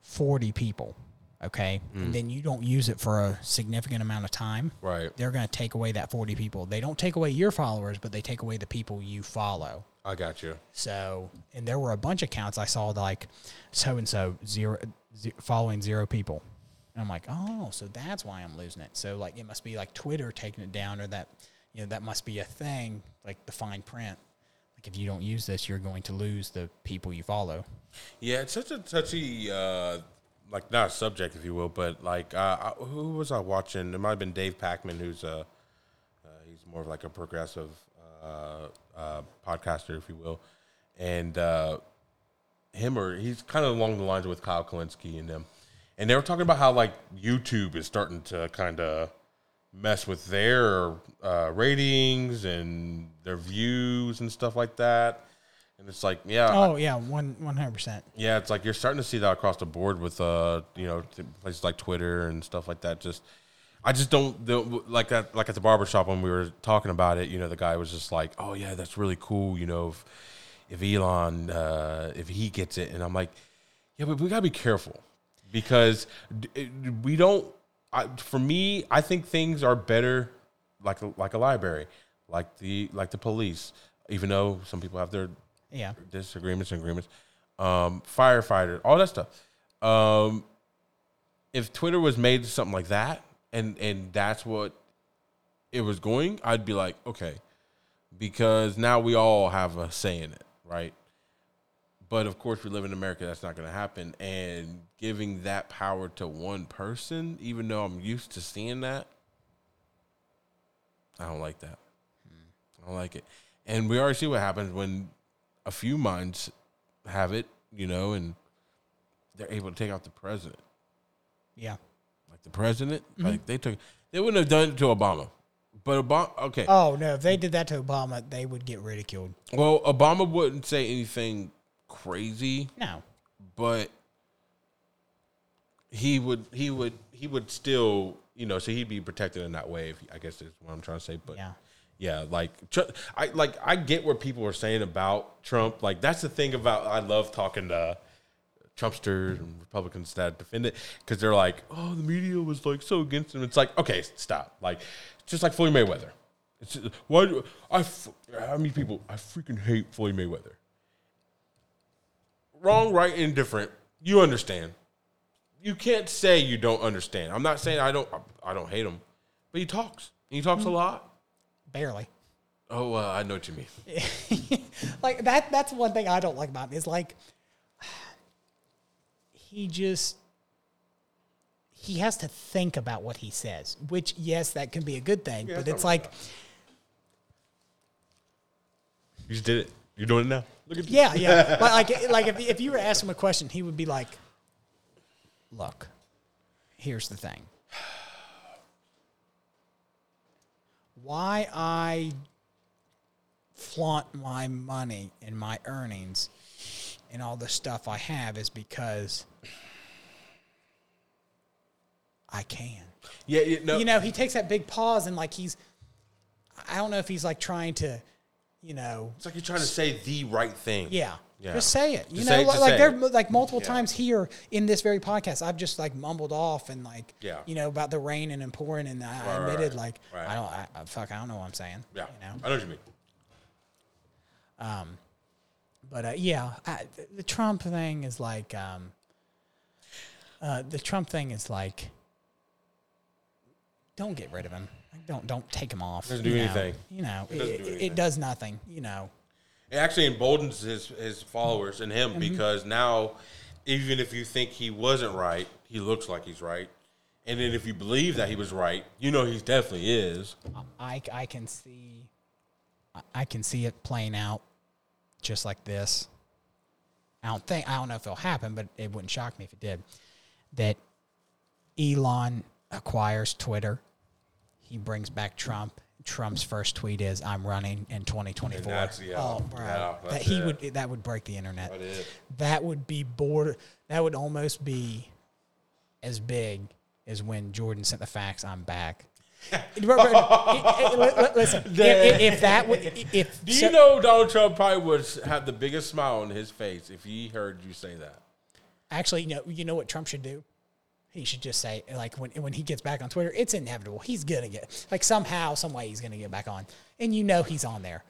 A: forty people, okay, and then you don't use it for a significant amount of time,
B: right
A: they're going to take away that 40 people. They don't take away your followers, but they take away the people you follow.
B: i got you
A: So, and there were a bunch of accounts I saw like so and so zero ze- following zero people. And I'm like, "Oh, so that's why I'm losing it." So like it must be like Twitter taking it down or that you know, that must be a thing, like the fine print. Like if you don't use this, you're going to lose the people you follow.
B: Yeah, it's such a touchy, uh, like not a subject, if you will, but like uh, I, who was I watching? It might have been Dave Packman, who's a uh, he's more of like a progressive uh, uh, podcaster, if you will, and uh, him or he's kind of along the lines with Kyle Kalinske and them, and they were talking about how like YouTube is starting to kind of mess with their uh, ratings and their views and stuff like that, and it's like yeah,
A: Oh, yeah, 1 100%.
B: yeah, it's like you're starting to see that across the board with uh, you know, th- places like Twitter and stuff like that. Just, I just don't the, like that. Like at the barber shop when we were talking about it, you know, the guy was just like, "Oh yeah, that's really cool." You know, if, if Elon, uh, if he gets it, and I'm like, "Yeah, but we gotta be careful because d- it- we don't." I, for me, I think things are better like like a library, like the like the police. Even though some people have their
A: Yeah.
B: disagreements and agreements, um, firefighter, all that stuff. Um, if Twitter was made something like that, and and that's what it was going, I'd be like, okay, because now we all have a say in it, right? But of course, we live in America. That's not going to happen. And giving that power to one person, even though I'm used to seeing that, I don't like that. I don't like it. And we already see what happens when a few minds have it, you know, and they're able to take out the president.
A: Yeah.
B: Like the president, like they took, they wouldn't have done it to Obama. But Obama, okay.
A: Oh no, if they did that to Obama, they would get ridiculed.
B: Well, Obama wouldn't say anything crazy,
A: No.
B: but he would he would he would still you know so he'd be protected in that way if, i guess is what i'm trying to say but
A: Yeah.
B: yeah like tr- i like i get what people are saying about trump like that's the thing about i love talking to trumpsters and republicans that defend it because they're like oh the media was like so against him it's like okay stop like just like floyd mayweather it's just, why do i f- how many people i freaking hate floyd mayweather wrong, right, indifferent. You understand. You can't say you don't understand. I'm not saying I don't. I don't hate him, but he talks. He talks
A: Hmm.
B: a lot.
A: Barely.
B: Oh, uh, I know what you mean.
A: like that that's one thing I don't like about him is like he just he has to think about what he says, which yes, that can be a good thing, but
B: that's
A: it's
B: not
A: like
B: wrong. You just did it. You're doing it now. Look at
A: yeah, yeah. but like like if if you were asking him a question, he would be like, "Look, here's the thing. Why I flaunt my money and my earnings and all the stuff I have is because I can.
B: yeah. You know,
A: You know, he takes that big pause and like he's I don't know if he's like trying to, you know,
B: it's like you're trying to say the right thing.
A: yeah.
B: Yeah.
A: Just say it. You
B: Just
A: know,
B: say
A: like,
B: it, just
A: like
B: say
A: there
B: it.
A: like multiple times here in this very podcast, I've just like mumbled off and like,
B: Yeah.
A: you know, about the rain and pouring, and I
B: Right, right,
A: admitted
B: right.
A: like,
B: Right.
A: I don't, I, I- fuck, I don't know what I'm saying.
B: Yeah.
A: You know,
B: I know what you mean.
A: but uh, yeah, I, th- the Trump thing is like, um, uh, the Trump thing is like, don't get rid of him. Like, Don't don't take him off.
B: Doesn't do
A: you know?
B: anything.
A: You know, it,
B: doesn't
A: it,
B: do
A: it
B: anything.
A: does nothing. You know,
B: It actually emboldens his his followers and
A: Mm-hmm.
B: him because now, even if you think he wasn't right, he looks like he's right. And then if you believe that he was right, you know he definitely is.
A: Um, I, I can see I- I can see it playing out just like this. I don't think I don't know if it'll happen, but it wouldn't shock me if it did. That Elon acquires Twitter. He brings back Trump. Trump's first tweet is "I'm running in 2024."
B: And that's- yeah,
A: oh, bro,
B: yeah,
A: that
B: that's
A: he
B: it.
A: would that would break the internet.
B: That is.
A: That would be border. That would almost be as big as when Jordan sent the fax. I'm back. Bro, bro, it- it- li- li- Listen, if, if- if that would if
B: Do you
A: so-
B: know Donald Trump probably would have the biggest smile on his face if he heard you say that?
A: actually, you know, you know what Trump should do? He should just say like when when he gets back on Twitter, it's inevitable. He's gonna get like somehow, some way, he's gonna get back on, and you know he's on there.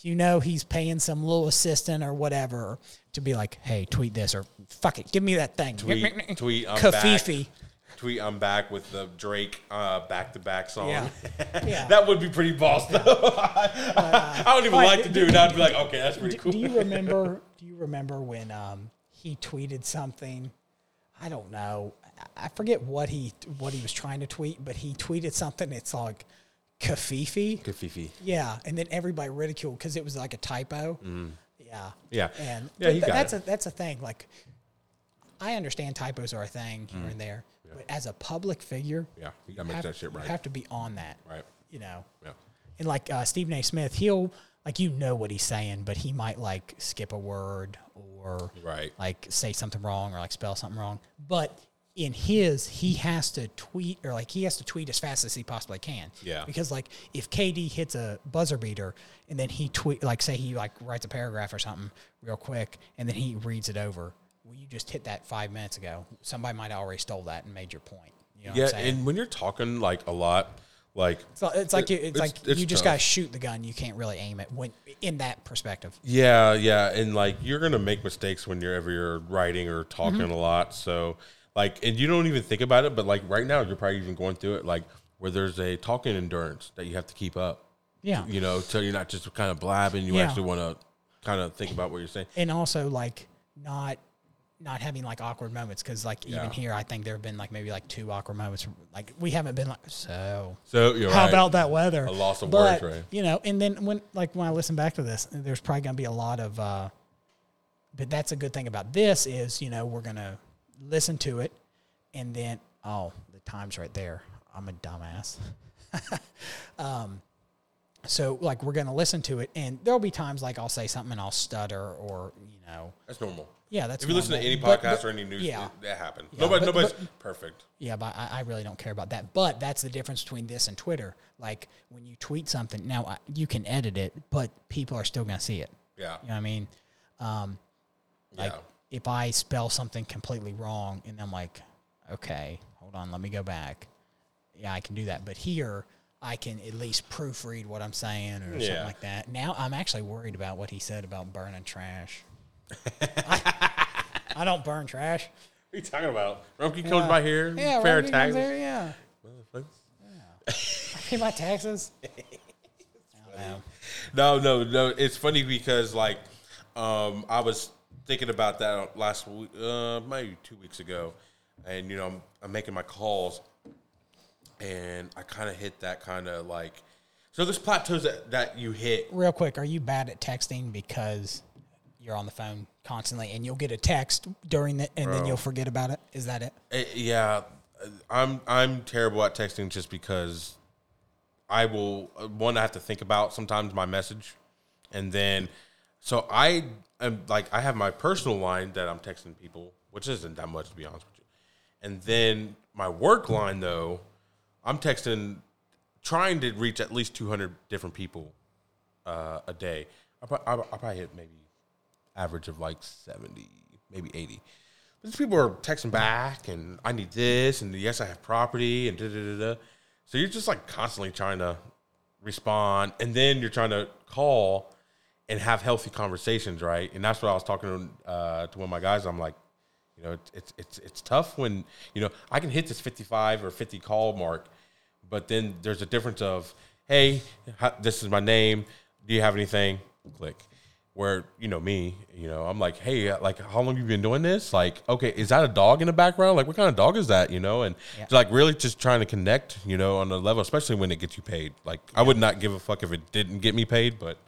A: You know he's paying some little assistant or whatever to be like, hey, tweet this or fuck it, give me that thing.
B: Tweet, tweet, I'm
A: Kafifi.
B: back. Tweet, I'm back with the Drake back to back song.
A: Yeah. Yeah. Uh,
B: that would be pretty boss though. I don't even
A: Alright,
B: like to
A: do-
B: do it. I'd be like, okay, that's pretty
A: do,
B: cool.
A: do you remember? Do you remember when um, he tweeted something? I don't know. I- I forget what he what he was trying to tweet, but he tweeted something. It's like kafifi.
B: Kafifi.
A: Yeah, and then everybody ridiculed because it was like a typo. Yeah.
B: Mm. Yeah.
A: And
B: Yeah, he
A: but
B: got
A: that's
B: it.
A: a that's a thing. Like, I understand typos are a thing here and there, but as a public figure,
B: Mm. Yeah, you gotta make
A: have-
B: that shit
A: You
B: right.
A: have to be on that,
B: Right.
A: You know.
B: Yeah.
A: And like uh, Stephen A. Smith, he'll like you know what he's saying, but he might like skip a word or
B: Right.
A: like say something wrong or like spell something wrong. But in his, he has to tweet or like he has to tweet as fast as he possibly can.
B: Yeah.
A: Because like if KD hits a buzzer beater and then he tweet like say he like writes a paragraph or something real quick and then he reads it over. Well, you just hit that five minutes ago. Somebody might have already stole that and made your point. You know what
B: Yeah,
A: I'm saying?
B: and when you're talking like a lot, like
A: So it's like you, it's,
B: it's-
A: like
B: it's
A: you just
B: tough.
A: gotta shoot the gun. You can't really aim it when in that perspective.
B: Yeah, yeah, and like you're gonna make mistakes when you're ever you're writing or talking
A: Mm-hmm.
B: a lot. So like, and you don't even think about it, but like right now you're probably even going through it like where there's a talking endurance that you have to keep up.
A: Yeah.
B: you know, so you're not just kind of blabbing. You
A: Yeah.
B: actually want to kind of think about what you're saying.
A: And also like not not having like awkward moments because like
B: Yeah.
A: even here I think there have been like maybe like two awkward moments like we haven't been like so
B: So you're
A: how
B: right.
A: about that weather
B: A loss of
A: but,
B: words, right?
A: you know and then when like when I listen back to this there's probably gonna be a lot of uh but that's a good thing about this is you know we're gonna listen to it and then oh the time's right there I'm a dumbass Um, so like we're gonna listen to it and there'll be times like I'll say something and I'll stutter or you know
B: That's normal.
A: yeah that's
B: If you listen to
A: normal.
B: any
A: But-
B: podcast
A: but-
B: or any news,
A: yeah.
B: it- that happened. Nobody,
A: but-
B: nobody's perfect.
A: Yeah, but I, I really don't care about that. But that's the difference between this and Twitter. Like when you tweet something, now I, you can edit it, but people are still going to see it.
B: Yeah,
A: You know what I mean? Like
B: yeah.
A: if I spell something completely wrong and I'm like, okay, hold on, let me go back. Yeah, I can do that. But here, I can at least proofread what I'm saying or something
B: Yeah.
A: like that. Now I'm actually worried about what he said about burning trash. I, I don't burn trash.
B: What are you talking about? Rumpke comes by here.
A: Yeah,
B: fair
A: right, he comes
B: taxes.
A: there, yeah.
B: Motherfuckers.
A: Pay my taxes. I don't know.
B: No, no, no. It's funny because like um, I was thinking about that last week, uh, maybe two weeks ago, and you know I'm, I'm making my calls, and I kind of hit that kind of like. So there's plateaus that, that you hit.
A: real quick, are you bad at texting because you're on the phone constantly and you'll get a text during the and then you'll forget about it? Is that it?
B: Uh, yeah, uh, I'm I'm terrible at texting just because I will uh, one I have to think about sometimes my message, and then so I am like I have my personal line that I'm texting people, which isn't that much to be honest with you, and then my work line though, I'm texting trying to reach at least 200 different people uh, a day. I prob- I I probably hit maybe average of like 70, maybe 80. But these people are texting back, and I need this, and yes, I have property, and da da da da. So you're just like constantly trying to respond, and then you're trying to call and have healthy conversations, right? And that's what I was talking to, uh, to one of my guys. I'm like, you know, it's- it's it's it's tough when you know I can hit this 55 or 50 call mark, but then there's a difference of hey, hi- this is my name. Do you have anything? Click. Where you know me, you know I'm like, hey, uh, like how long you been doing this? Like, okay, is that a dog in the background? Like, what kind of dog is that? You know, and it's like really just trying to connect, you know, on a level, especially when it gets you paid. Like, I would not give a fuck if it didn't get me paid, but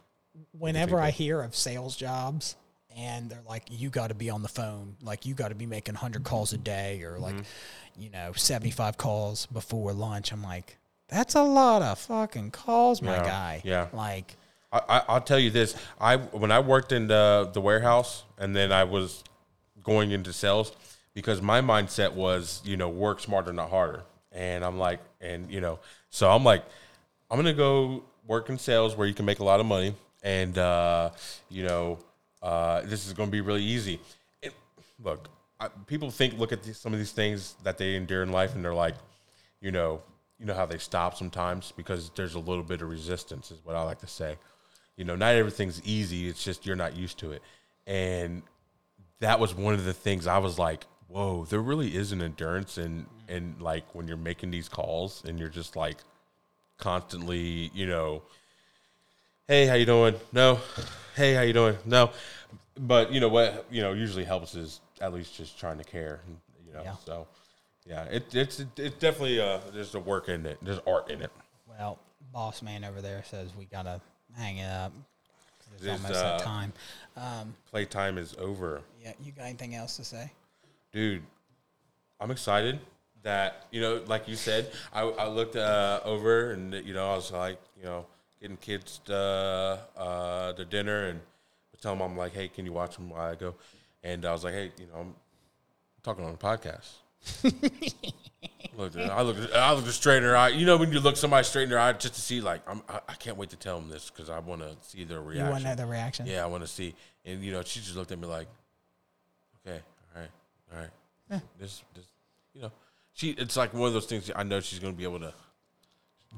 A: Whenever I hear of sales jobs and they're like, you got to be on the phone, like you got to be making 100 calls a day or like,
B: Mm-hmm.
A: you know, 75 calls before lunch, I'm like, that's a lot of fucking calls, my
B: Yeah,
A: guy.
B: yeah.
A: Like,
B: I, I, I'll tell you this. I when I worked in the the warehouse, and then I was going into sales because my mindset was, you know, work smarter, not harder. And I'm like, and you know, so I'm like, I'm gonna go work in sales where you can make a lot of money, and uh, you know, uh, this is gonna be really easy. It, look, I, people think look at these, some of these things that they endure in life, and they're like, you know, you know how they stop sometimes because there's a little bit of resistance, is what I like to say. You know, not everything's easy. It's just you're not used to it, and that was one of the things I was like, whoa, there really is an endurance and and like when you're making these calls and you're just like constantly, you know, hey, how you doing? No. Hey, how you doing? No. But you know what, you know, usually helps is at least just trying to care, you know.
A: Yeah.
B: So yeah, it, it's it's definitely uh there's a work in it. There's art in it.
A: Well, boss man over there says we gotta hang it up. 'cause It's
B: It is,
A: almost that
B: uh,
A: time. Um,
B: Playtime is over.
A: yeah, you got anything else to say?
B: dude, I'm excited that you know, like you said, I, I looked uh, over and you know I was like, you know, getting kids uh, uh, to dinner and tell them I'm like, hey, can you watch them while I go? And I was like, hey, you know, I'm talking on a podcast. look, dude, I look, I look straight in her eye. You know, when you look somebody straight in their eye just to see, like, I'm, I, I can't wait to tell them this because I want to see their
A: You
B: reaction.
A: want to know the reaction?
B: Yeah, I want to see. And you know, she just looked at me like, okay, all right, all right. This, this, you know, she. It's like one of those things. I know she's gonna be able to.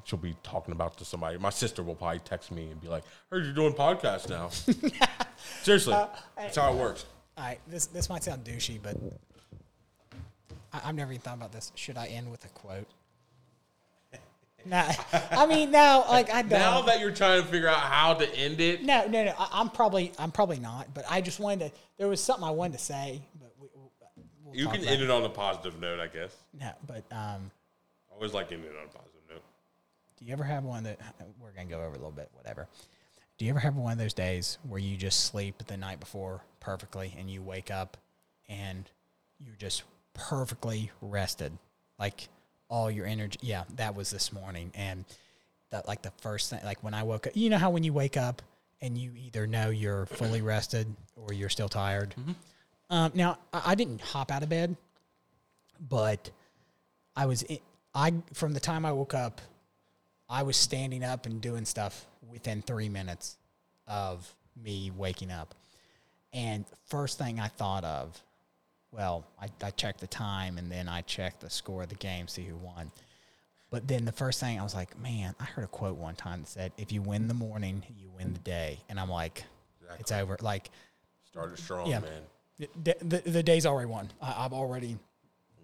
B: She'll be talking about to somebody. My sister will probably text me and be like, "Heard you're doing podcasts now." Seriously,
A: Uh,
B: that's how it works.
A: All right, this this might sound douchey, but I, I've never even thought about this. Should I end with a quote? Now, I mean, now, like, I don't.
B: Now that you're trying to figure out how to end it,
A: No, no, no. I, I'm probably, I'm probably not. But I just wanted to. There was something I wanted to say, but we, we'll- we'll
B: you
A: talk
B: can
A: about
B: end it on a positive note, I guess.
A: No, but um,
B: I always like ending it on a positive note.
A: do you ever have one that we're gonna go over a little bit, whatever? Do you ever have one of those days where you just sleep the night before perfectly, and you wake up and you're just perfectly rested, like all your energy? Yeah, that was this morning, and that like the first thing, like when I woke up, you know how when you wake up and you either know you're fully rested or you're still tired. Um, now I, I didn't hop out of bed, but I was in, I from the time I woke up, I was standing up and doing stuff within three minutes of me waking up. And first thing I thought of, well, I, I checked the time and then I checked the score of the game, see who won. But then the first thing I was like, man, I heard a quote one time that said, if you win the morning, you win the day. And I'm like, it's over. Like,
B: Started strong,
A: Yeah.
B: man.
A: the, the, the day's already won. I, I've already,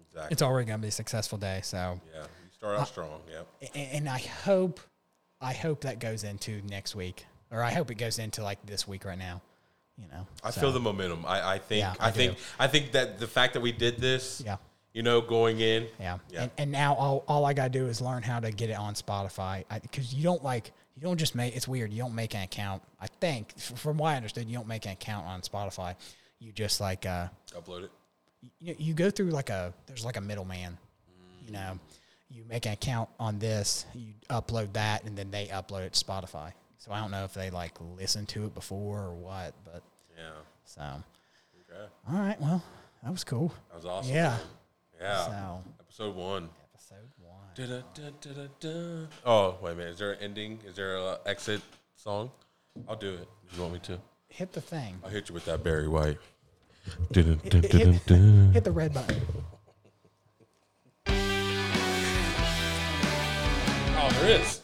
B: Exactly.
A: it's Uh, already going to be a successful day. So,
B: yeah, you start out strong. Yeah.
A: A- and I hope, I hope that goes into next week, or I hope it goes into like this week right now. You know,
B: I
A: so,
B: feel the momentum. I, I think
A: Yeah,
B: I,
A: I
B: think
A: do.
B: I think that the fact that we did this,
A: Yeah.
B: you know, going in,
A: yeah.
B: yeah,
A: And, and now all, all I gotta do is learn how to get it on Spotify because you don't like you don't just make it's weird you don't make an account. I think f- from what I understood, you don't make an account on Spotify. You just like uh,
B: upload it.
A: you, you go through like a there's like a middleman you know you make an account on this you upload that and then they upload it to spotify so i don't know if they like listen to it before or what but
B: Yeah.
A: so
B: Okay.
A: all right well that was cool
B: That was awesome.
A: Yeah.
B: man. Yeah.
A: So-
B: Episode one.
A: episode one
B: Da-da-da-da-da-da. Oh wait a minute! Is there an ending? Is there a exit song? I'll do it. if You want me to?
A: hit the thing
B: I'll hit you with that Barry White.
A: hit,
B: Dun-dun-dun-dun-dun.
A: hit the red button
B: Oh, there is.